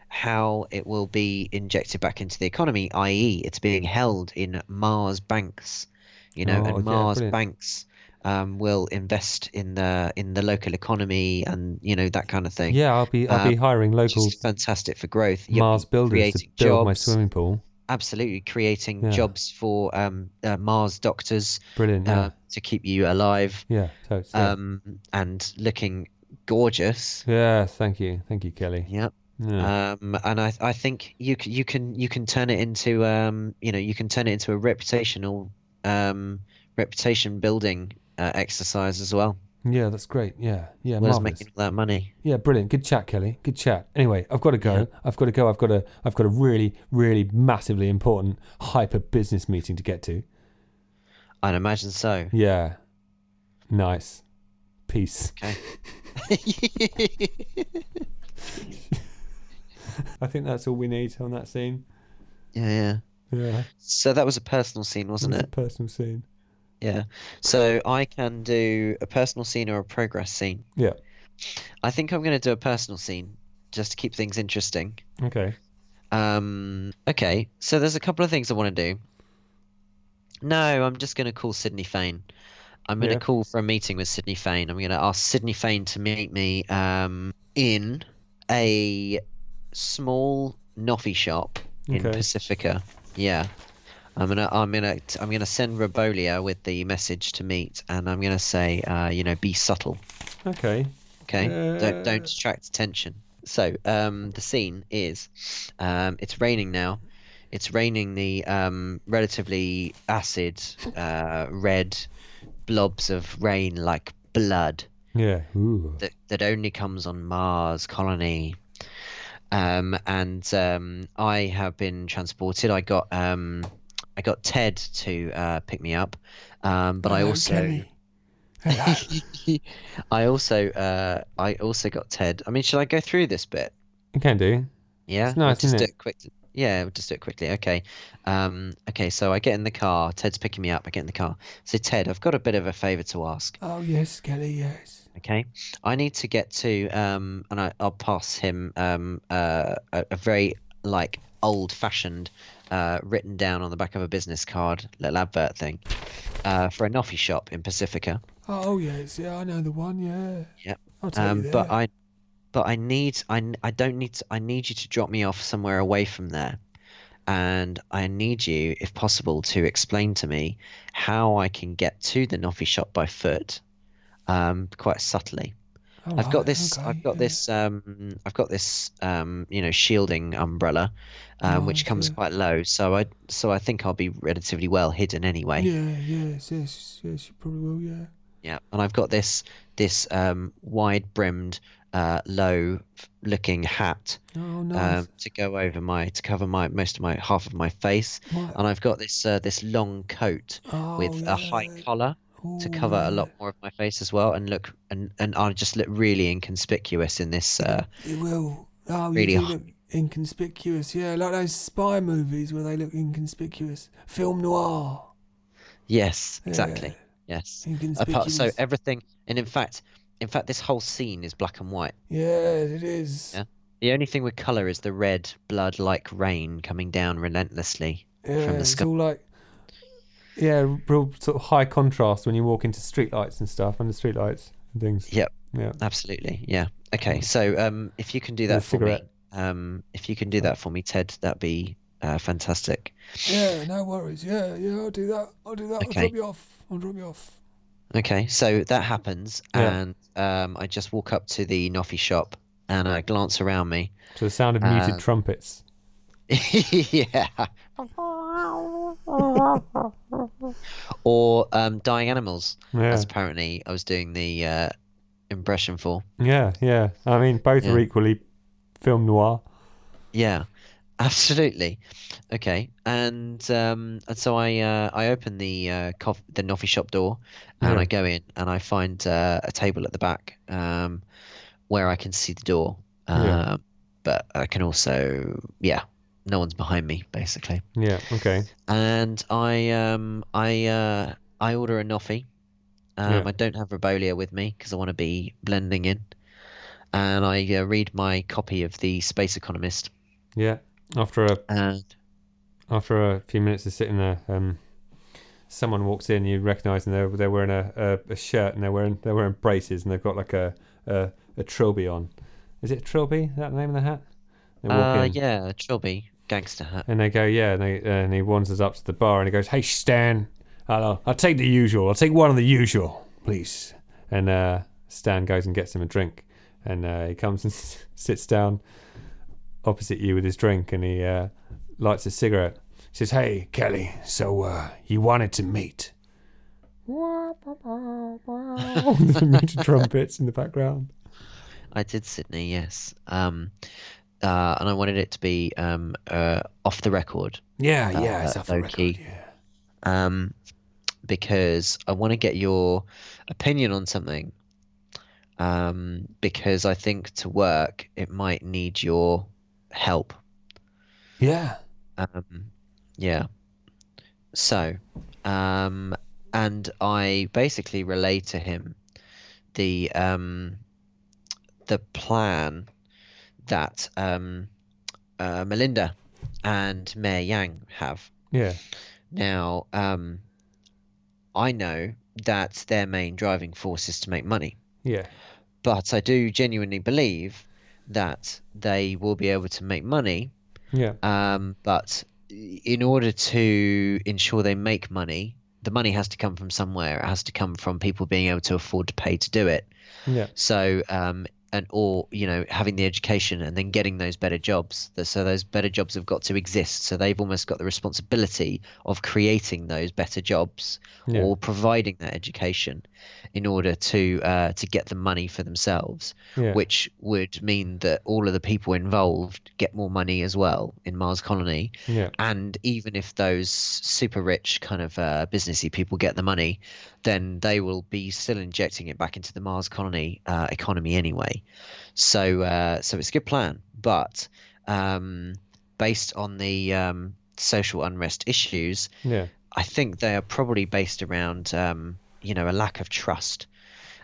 how it will be injected back into the economy, i.e., it's being held in Mars banks, you know, Oh, yeah, and Mars brilliant. banks um, will invest in the in the local economy and you know that kind of thing. Yeah. I'll be, I'll be hiring Which local is fantastic for growth. You'll be Mars builders to Um, creating build my jobs. swimming pool. Absolutely, creating Yeah. jobs for um, uh, Mars doctors Brilliant. uh, Yeah. to keep you alive yeah. Totes. Yeah. um, and looking gorgeous. yeah. Thank you. Thank you, Kelly. Yeah. Yeah. Um, and I, I think you c- you can you can turn it into um, you know you can turn it into a reputational um, reputation building uh, exercise as well. Yeah, that's great. Yeah, yeah, Where's marvelous. making all that money? Yeah, brilliant. Good chat, Kelly. Good chat. Anyway, I've got to go. I've got to go. I've got a. I've got a really, really massively important hyper business meeting to get to. I'd imagine so. Yeah. Nice. Peace. I think that's all we need on that scene. Yeah, yeah. Yeah, So that was a personal scene, wasn't it's a it? personal scene. Mm-hmm. Yeah. So I can do a personal scene or a progress scene. Yeah. I think I'm going to do a personal scene just to keep things interesting. Okay. Um, okay, so there's a couple of things I want to do. No, I'm just going to call Sydney Fain. I'm going to Yeah. call for a meeting with Sydney Fain. I'm going to ask Sydney Fain to meet me um, in a small noffy shop in Okay. Pacifica. Yeah. I'm gonna, I'm gonna, I'm gonna send Robolia with the message to meet, and I'm gonna say, uh, you know, be subtle. Okay. Okay, don't Uh, don't distract attention. So, um, the scene is, um, it's raining now. It's raining the um, relatively acid, uh, red blobs of rain like blood Yeah. Ooh. that that only comes on Mars colony. Um, and um, I have been transported. I got um, I got Ted to uh, pick me up, um, but I Hello, also. Kelly. Hello. I also uh I also got Ted. I mean, should I go through this bit? You can do. Yeah. It's nice, We'll just isn't do it? it quickly. Yeah, we'll just do it quickly. Okay. Um okay, so I get in the car. Ted's picking me up. I get in the car. So Ted, I've got a bit of a favor to ask, oh, yes, Kelly, yes. okay? I need to get to um and I, I'll pass him um uh, a, a very like old-fashioned uh, written down on the back of a business card, little advert thing, uh, for a coffee shop in Pacifica. Oh, yes, yeah, I know the one, yeah. Yep. I'll take you Um, there. but I, but I need I, n- I don't need to, I need you to drop me off somewhere away from there, and I need you, if possible, to explain to me how I can get to the Noffy shop by foot, um, quite subtly. All I've right, got this okay, I've got yeah. this um, I've got this um, you know shielding umbrella, um, which Nice, comes yeah. quite low, so I so I think I'll be relatively well hidden anyway. Yeah, yes, yes, yes, you probably will, yeah. Yeah, and I've got this this um, wide-brimmed, uh, low-looking hat Oh, nice. um, to go over my to cover my most of my half of my face, My- and I've got this uh, this long coat oh, with yeah. a high collar to cover a lot more of my face as well, and look and and I just look really inconspicuous in this. Uh, It will. Oh, Really you do hard. look inconspicuous. Yeah, like those spy movies where they look inconspicuous. Film noir. yes, exactly. Yes. Apart, Inconspicuous. so everything, and in fact, in fact, this whole scene is black and white. yeah, it is. Yeah. The only thing with color is the red blood like rain coming down relentlessly Yeah, from the it's sky. all like Yeah, real sort of high contrast when you walk into streetlights and stuff, under streetlights and things. Yep. Yeah. Absolutely. Yeah. Okay. So um, if you can do Mm. And a that for me, cigarette. um, if you can do that for me, Ted, that'd be uh, fantastic. yeah, no worries. Yeah, yeah, I'll do that. I'll do that. Okay. I'll drop you off. I'll drop you off. Okay. So that happens, Yeah. and um, I just walk up to the Noffy shop and I glance around me. To the sound of muted Um, trumpets. yeah. or um, dying animals. Yeah. That's apparently I was doing the uh, impression for. Yeah, yeah. I mean, both are Yeah. equally film noir. Yeah, absolutely. Okay, and um, and so I uh, I open the uh, cof- the coffee shop door, and Yeah. I go in and I find uh, a table at the back, um, where I can see the door. Um, Yeah. but I can also yeah, no one's behind me basically. Yeah, okay. And I um I uh, I order a Noffy. Um, Yeah. I don't have Rebolia with me because I want to be blending in. And I uh, read my copy of the Space Economist, Yeah. After a and after a few minutes of sitting there, um, someone walks in. You recognise, and they're they're wearing a, a, a shirt, and they're wearing they're wearing braces, and they've got like a a, a trilby on. Is it trilby? Is that the name of the hat? They walk Uh, in, yeah, Chilby, gangster hat. and they go, yeah, and, they, and he wanders up to the bar, and he goes, hey Stan, I'll, I'll take the usual. I'll take one of the usual, please. And uh, Stan goes and gets him a drink, and uh, he comes and sits down opposite you with his drink, and he uh, lights a cigarette. Says, hey, Kelly, so uh, you wanted to meet. the muted trumpets in the background. I did Sydney, yes. Um, uh, and I wanted it to be um, uh, off the record Yeah, Uh, yeah, it's off the record. low-key. Yeah. um, because I want to get your opinion on something. Um, because I think to work, it might need your help. yeah. Um, yeah. So, um, and I basically relay to him the um, the plan that um, uh, Melinda and Mayor Yang have. Yeah, Now, um, I know that their main driving force is to make money, yeah, but I do genuinely believe that they will be able to make money yeah, um, but in order to ensure they make money, the money has to come from somewhere. It has to come from people being able to afford to pay to do it. yeah, So, um, and or you know, having the education and then getting those better jobs. Th- So those better jobs have got to exist. So they've almost got the responsibility of creating those better jobs Yeah. or providing that education in order to uh, to get the money for themselves yeah. which would mean that all of the people involved get more money as well in Mars Colony. yeah, And even if those super rich kind of uh, businessy people get the money, then they will be still injecting it back into the Mars Colony uh, economy anyway. So, uh, so it's a good plan, but um, based on the um, social unrest issues, yeah, I think they are probably based around, um, you know, a lack of trust,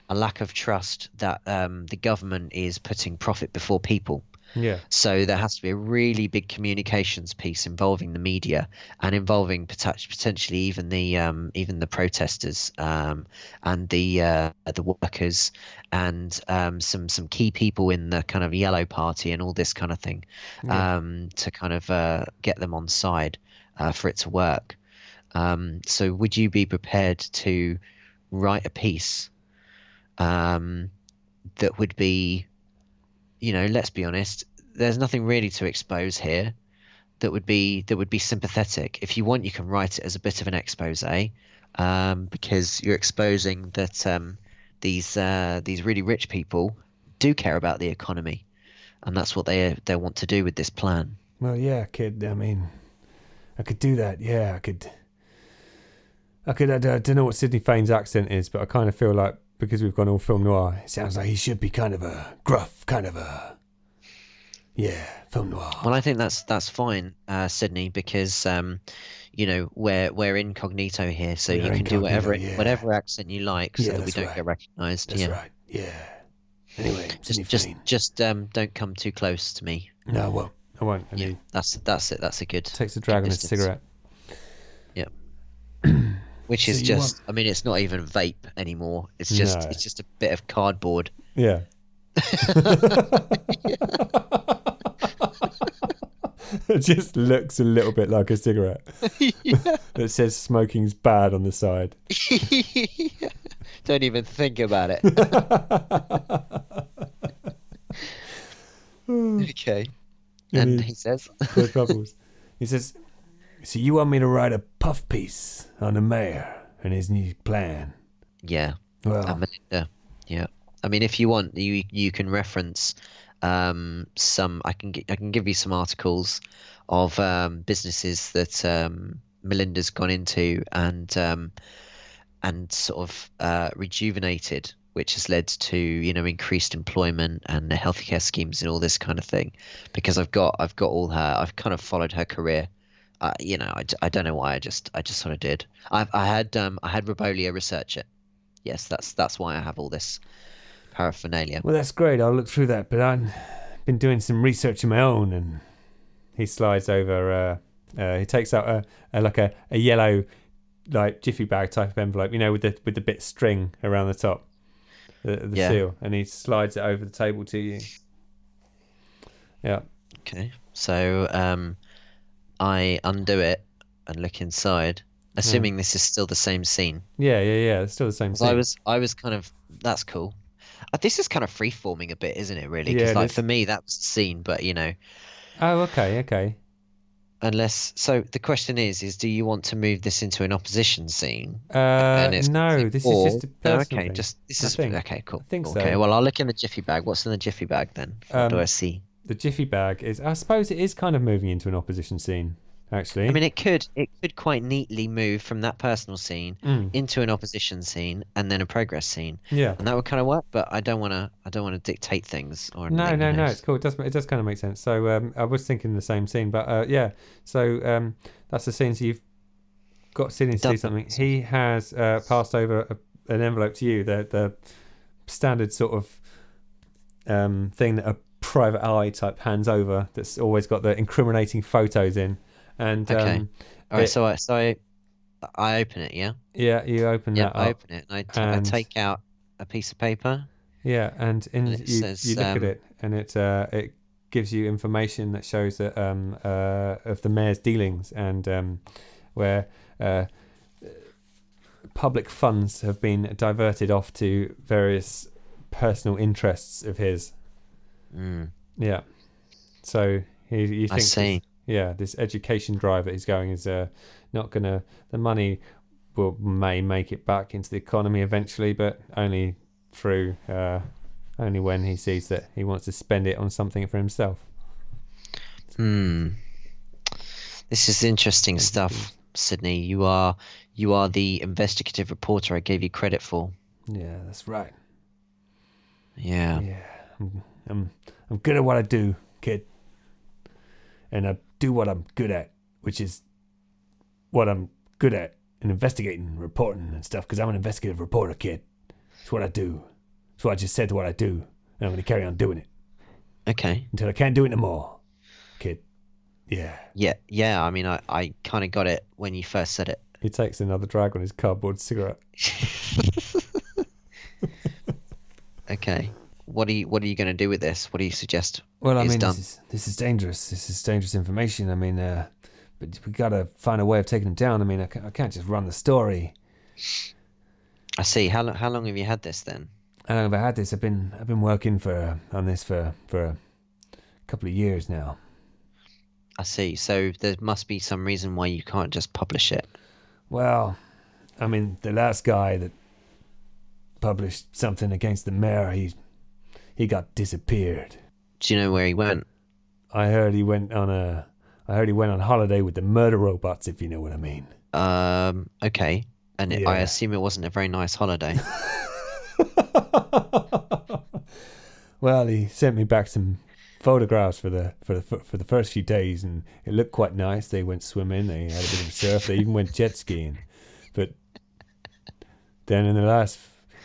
a lack of trust that um, the government is putting profit before people. yeah, So there has to be a really big communications piece involving the media and involving potat- potentially even the um, even the protesters um, and the uh, the workers and um, some some key people in the kind of yellow party and all this kind of thing Yeah. um, to kind of uh, get them on side uh, for it to work. Um, so would you be prepared to write a piece um, that would be you know, let's be honest, there's nothing really to expose here that would be that would be sympathetic. If you want, you can write it as a bit of an expose, eh? um, because you're exposing that um, these uh, these really rich people do care about the economy, and that's what they they want to do with this plan. Well, yeah, kid. I mean, I could do that. Yeah, I could. Okay, I don't I don't know what Sydney Fane's accent is, but I kind of feel like because we've gone all film noir, It sounds like he should be kind of a gruff, kind of a. Yeah, film noir. Well, I think that's that's fine, uh, Sydney, because um, you know we're we're incognito here, so you We're can do whatever incognito, yeah. whatever accent you like, so Yeah, that we that's don't right. get recognised. That's yeah, right. Yeah. Anyway, just Sydney just Fane. just um, don't come too close to me. No, I won't. I won't. And he That's that's it. That's a good, takes a drag on his Distance. cigarette. which So is you just. I mean, it's not even vape anymore. It's just No. it's just a bit of cardboard. Yeah. it just looks a little bit like a cigarette that says smoking's bad on the side. don't even think about it. okay, and he says, Those bubbles. He says, So you want me to write a puff piece on the mayor and his new plan? "Yeah, Well, Um, And Melinda. Yeah. I mean, if you want, you you can reference um, some. I can gi- I can give you some articles of um, businesses that um, Melinda's gone into and um, and sort of uh, rejuvenated, which has led to you know increased employment and the healthcare schemes and all this kind of thing. Because I've got I've got all her. I've kind of followed her career. Uh, you know, I, d- I don't know why. I just I just sort of did. I I had um I had Robolia research it yes, that's that's why I have all this paraphernalia. well, that's great. I'll look through that, but I've been doing some research of my own and he slides over. Uh, uh, he takes out a, a like a, a yellow, like jiffy bag type of envelope, you know, with the with the bit string around the top, the, the Yeah. seal, and he slides it over the table to you. Yeah, Okay, so um, I undo it and look inside, Hmm. assuming this is still the same scene. yeah, yeah, yeah. It's still the same. 'Cause I scene. was I was kind of that's cool. Uh, This is kind of free-forming a bit, isn't it? Really, Yeah, because it like is. for me that was the scene, but you know, Oh, okay, okay. unless so the question is, is do you want to move this into an opposition scene? Uh, And it's no, conflict, this or- is just a no, personal okay, thing. just this I is think. okay, cool. I think okay, so. well I'll look in the jiffy bag. What's in the jiffy bag then? What do Um, I see? the jiffy bag is. I suppose it is kind of moving into an opposition scene, actually. I mean, it could it could quite neatly move from that personal scene Mm, into an opposition scene and then a progress scene, yeah. and that would kind of work. But I don't want to I don't want to dictate things or No, anything, no, you know, no. It's just- cool. It does. It does kind of make sense. So um, I was thinking the same scene, but uh, yeah. So um, that's the scene. So you've got Sidney to Done. do something. He has uh, passed over a, an envelope to you. The the standard sort of um, thing that a private eye type hands over. That's always got the incriminating photos in. And Okay. um, All right, it- so I so I, I open it, yeah, yeah, you open yeah. that I up. open it and I, t- I and- take out a piece of paper. Yeah, and in And it you, says, you look at um, it, and it uh, it gives you information that shows that um, uh, of the mayor's dealings and um, where uh, public funds have been diverted off to various personal interests of his. Mm, Yeah, so he, you I think see. yeah, this education drive that he's going is uh, not gonna. The money will may make it back into the economy eventually, but only through uh, only when he sees that he wants to spend it on something for himself. Hmm. This is interesting stuff, Sydney. You are you are the investigative reporter I gave you credit for. Yeah, that's that's right. Yeah. yeah. I'm I'm good at what I do, kid. And I do what I'm good at, which is what I'm good at and investigating, and reporting, and stuff. Because I'm an investigative reporter, kid. It's what I do. It's what I just said. What I do, and I'm gonna carry on doing it Okay. until I can't do it no more, kid. Yeah. Yeah, yeah. I mean, I, I kind of got it when you first said it. He takes another drag on his cardboard cigarette. Okay. What are you What are you going to do with this? What do you suggest? Well, I is mean, done. this is, this is dangerous. This is dangerous information. I mean, uh, but we gotta find a way of taking him down. I mean, I, ca- I can't just run the story. I see. How long How long have you had this then? How long have I had this? I've been I've been working for uh, on this for for a couple of years now. I see. So there must be some reason why you can't just publish it. Well, I mean, the last guy that published something against the mayor, he he got disappeared. Do you know where he went? I heard he went on a I heard he went on holiday with the murder robots, if you know what I mean. Um. Okay. and it, I Yeah. assume it wasn't a very nice holiday. well, he sent me back some photographs for the for the for the first few days, and it looked quite nice. They went swimming, they had a bit of a surf, they even went jet skiing. But then in the last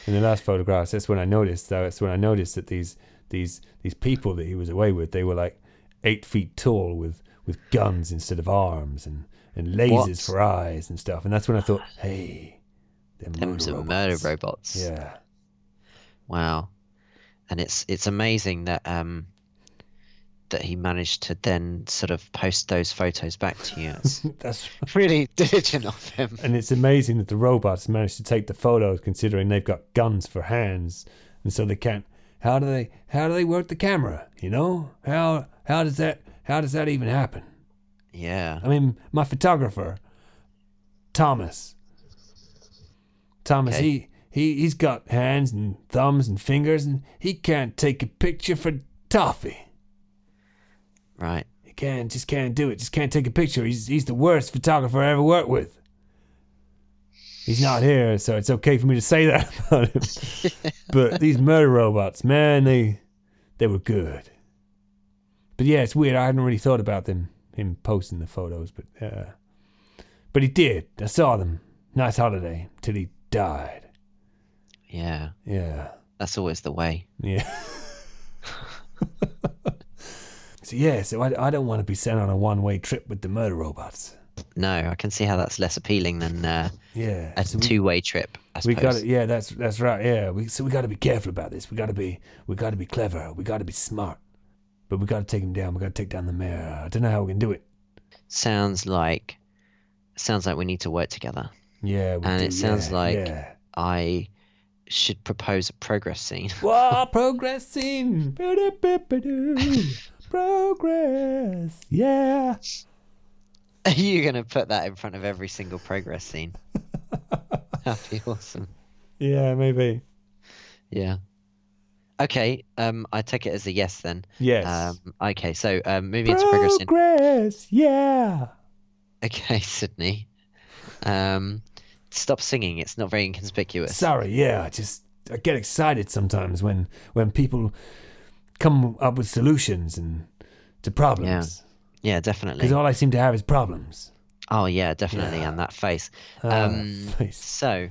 in the last photographs, that's when I noticed. That's when I noticed that these these these people that he was away with, they were like eight feet tall with with guns instead of arms and and lasers What? for eyes and stuff. And that's when I thought, hey, they're Them murder some murder robots. robots. Yeah. Wow. And it's it's amazing that um that he managed to then sort of post those photos back to you. It's That's really diligent of him. and it's amazing that the robots managed to take the photos considering they've got guns for hands and so they can't how do they how do they work the camera you know how how does that how does that even happen Yeah. i mean my photographer thomas thomas Okay. he he he's got hands and thumbs and fingers and he can't take a picture for toffee Right. he can't just can't do it just can't take a picture he's he's the worst photographer i ever worked with he's not here so it's okay for me to say that about him but these murder robots man they they were good but yeah it's weird i hadn't really thought about them him posting the photos but uh but he did i saw them nice holiday till he died Yeah. yeah That's always the way. yeah. so yeah, so I, I don't want to be sent on a one-way trip with the murder robots. No, I can see how that's less appealing than uh, Yeah. a so we, two-way trip. I we suppose. got to Yeah, that's that's right. Yeah. We so we got to be careful about this. We got to be we got to be clever. We got to be smart. But we got to take him down. We got to take down the mayor. I don't know how we can do it. Sounds like sounds like we need to work together. Yeah. We And do, it sounds yeah, like- yeah. I should propose a progress scene. Wow, progressing. Ba-da-ba-ba-doo. Progress. Yeah. Are you going to put that in front of every single progress scene? That'd be awesome. Yeah, maybe. Yeah. Okay. Um, I take it as a yes then. Yes. Um, okay. So um, moving into progress. scene. Progress, yeah. Okay, Sydney. Um, stop singing. It's not very inconspicuous. Sorry, yeah. I just I get excited sometimes when when people come up with solutions and to problems yeah, because definitely. all I seem to have is problems. Oh yeah, definitely. Yeah. And that face. Ah, Um, face. So,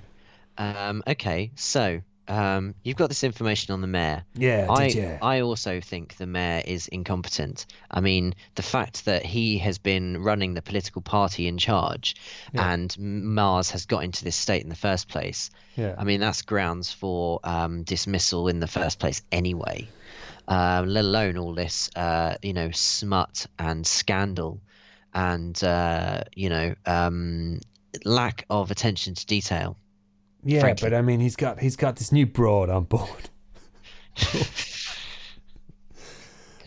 um, okay. So, um, you've got this information on the mayor. yeah, I, did ya? I also think the mayor is incompetent. I mean, the fact that he has been running the political party in charge Yeah. and Mars has got into this state in the first place, yeah. I mean, that's grounds for um, dismissal in the first place anyway, um, let alone all this, uh, you know, smut and scandal and, uh, you know, um, lack of attention to detail. yeah, frankly- but I mean, he's got he's got this new broad on board.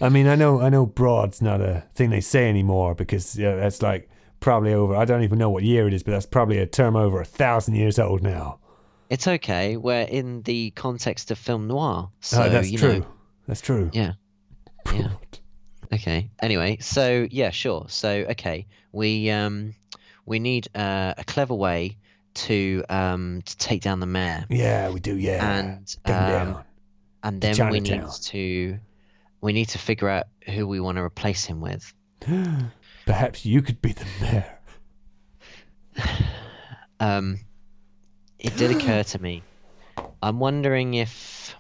I mean, I know I know broad's not a thing they say anymore because yeah, that's like probably over. I don't even know what year it is, but that's probably a term over a thousand years old now. It's okay. We're in the context of film noir. So, oh, that's you true. know, that's true. yeah. yeah. Broad. Okay. Anyway, so yeah, sure. So okay, we um we need uh, a clever way to um to take down the mayor. Yeah, we do. Yeah, And Take 'em um, down. and to then we need Chinatown. to we need to figure out who we want to replace him with. Perhaps you could be the mayor. Um, it did occur to me. I'm wondering if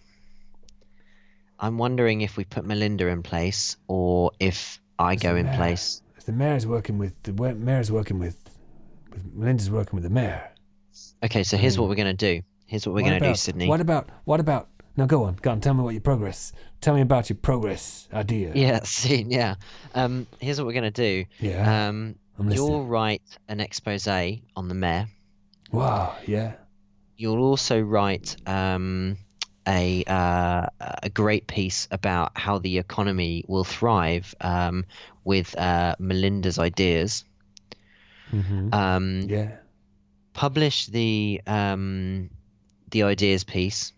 I'm wondering if we put Melinda in place or if I go in mayor. place. If the mayor's working with the wa- mayor's working with, with Melinda's working with the mayor. Okay, so here's what we're gonna do. Here's what we're Hmm. What gonna do, about- Sydney. What about what about? Now go on, go on. Tell me what your progress. Tell me about your progress idea. Yeah, see, yeah. Um, here's what we're gonna do. yeah. Um, I'm listening. you'll write an expose on the mayor. wow. Yeah. You'll also write um, a uh, a great piece about how the economy will thrive um, with uh, Melinda's ideas. Mm-hmm. Um, Yeah. Publish the um, the ideas piece.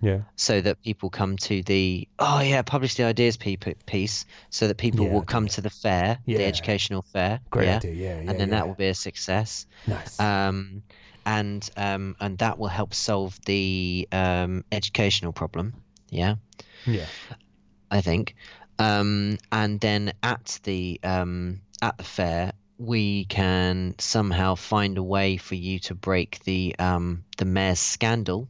Yeah. so that people come to the oh yeah publish the ideas pe- piece so that people Yeah, will come to the fair Yeah. the educational fair Great yeah idea. Yeah, yeah. and then yeah. that will be a success nice. um, and um, and that will help solve the um, educational problem yeah Yeah. I think. Um, and then at the um, at the fair, we can somehow find a way for you to break the um, the mayor's scandal.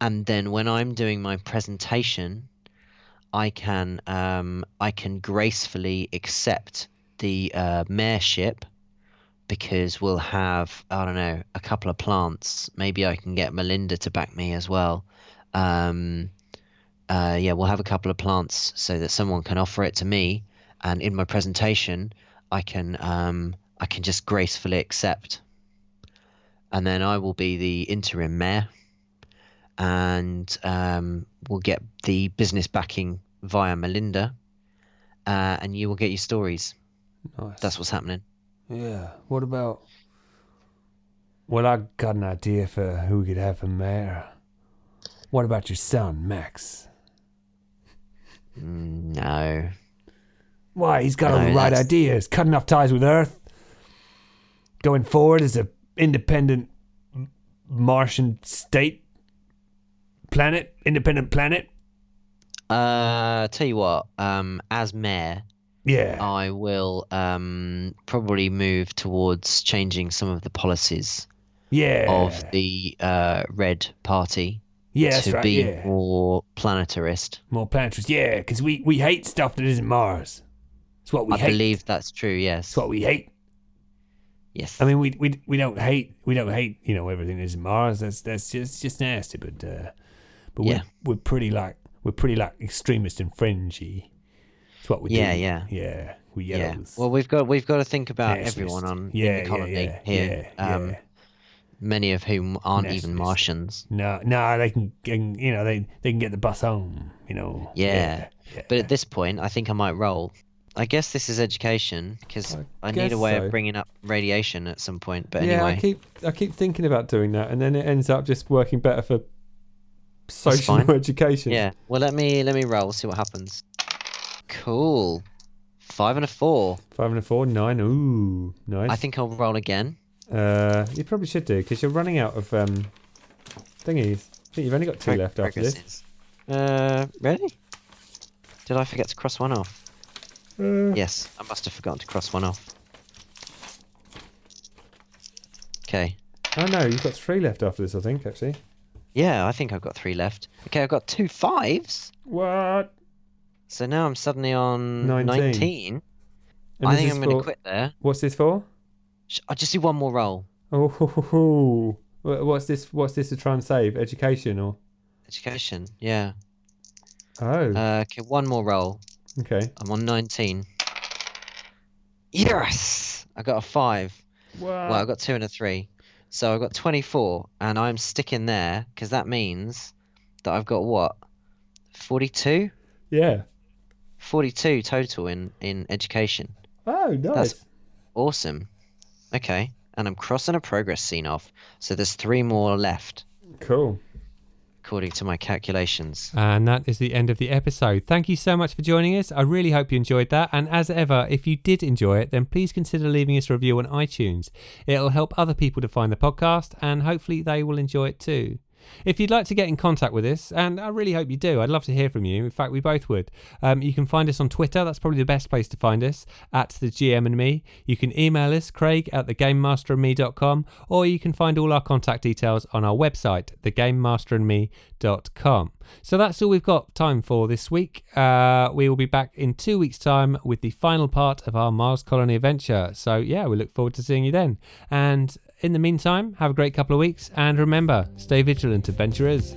And then when I'm doing my presentation, I can um, I can gracefully accept the uh, mayorship because we'll have I don't know a couple of plants. Maybe I can get Melinda to back me as well. Um, uh, yeah, we'll have a couple of plants so that someone can offer it to me, and in my presentation, I can um, I can just gracefully accept, and then I will be the interim mayor, and um, we'll get the business backing via Melinda, uh, and you will get your stories. nice. That's what's happening. Yeah. What about? Well, I got an idea for who we could have for mayor. What about your son, Max? Mm, No, Why he's got all No, the right that's- ideas. Cutting off ties with Earth. Going forward as a independent M- Martian state planet, independent planet. uh, tell you what, um, as mayor, Yeah. I will um, probably move towards changing some of the policies yeah. of the uh, Red Party yeah, that's to right, be yeah. more planetarist. More planetaries. Yeah, because we, we hate stuff that isn't Mars. It's what we I hate. believe that's true. Yes. It's what we hate. yes. I mean, we we we don't hate we don't hate you know everything that isn't Mars. That's that's just just nasty. But uh, but Yeah. we're we're pretty like we're pretty like extremist and fringy. It's what we Yeah, do. yeah. yeah. We yeah. yellows. Well, we've got we've got to think about Nationalist. everyone on yeah, in the colony yeah, yeah, here. Yeah, um, yeah. Many of whom aren't even Nationalist. Martians. No, no, they can, can you know they they can get the bus home. You know. Yeah. yeah. But at this point, I think I might roll. I guess this is education because I I, need a guess way so. of bringing up radiation at some point. But yeah, anyway, I keep I keep thinking about doing that, and then it ends up just working better for social fine. education. Yeah. Well, let me let me roll. See what happens. Cool. Five and a four. Five and a four, nine. Ooh, nice. I think I'll roll again. uh, you probably should do because you're running out of um thingies. I think you've only got two Prog- left after this. progresses. Uh, really? Did I forget to cross one off? Uh, Yes, I must have forgotten to cross one off. Okay. Oh no, you've got three left after this. I think actually. Yeah, I think I've got three left. Okay, I've got two fives. What? So now I'm suddenly on 19. 19. And I this think is I'm going for- to quit there. What's this for? Sh- I'll just do one more roll. Oh, ho, ho, ho. Oh, Wha- what's this? What's this to try and save? Education or? Education, yeah. Oh, Uh, okay, one more roll. okay. I'm on 19. Yes! I got a 5. What? Well, I got 2 and a 3. So I got 24, and I'm sticking there, because that means that I've got what? 42? yeah. 42 total in, in education. Oh, nice. Awesome. Okay, and I'm crossing a progress scene off, so there's 3 more left, Cool. according to my calculations. And that is the end of the episode. Thank you so much for joining us. I really hope you enjoyed that. And as ever, if you did enjoy it, then please consider leaving us a review on iTunes. It'll help other people to find the podcast, and hopefully they will enjoy it too. If you'd like to get in contact with us, and I really hope you do, I'd love to hear from you. In fact, we both would. Um, you can find us on Twitter. That's probably the best place to find us at the GM and me. You can email us, Craig at thegamemasterandme.com, or you can find all our contact details on our website, thegamemasterandme.com. So that's all we've got time for this week. Uh, we will be back in two weeks' time with the final part of our Mars Colony adventure. So, yeah, we look forward to seeing you then. And in the meantime, have a great couple of weeks and remember, stay vigilant, adventurers.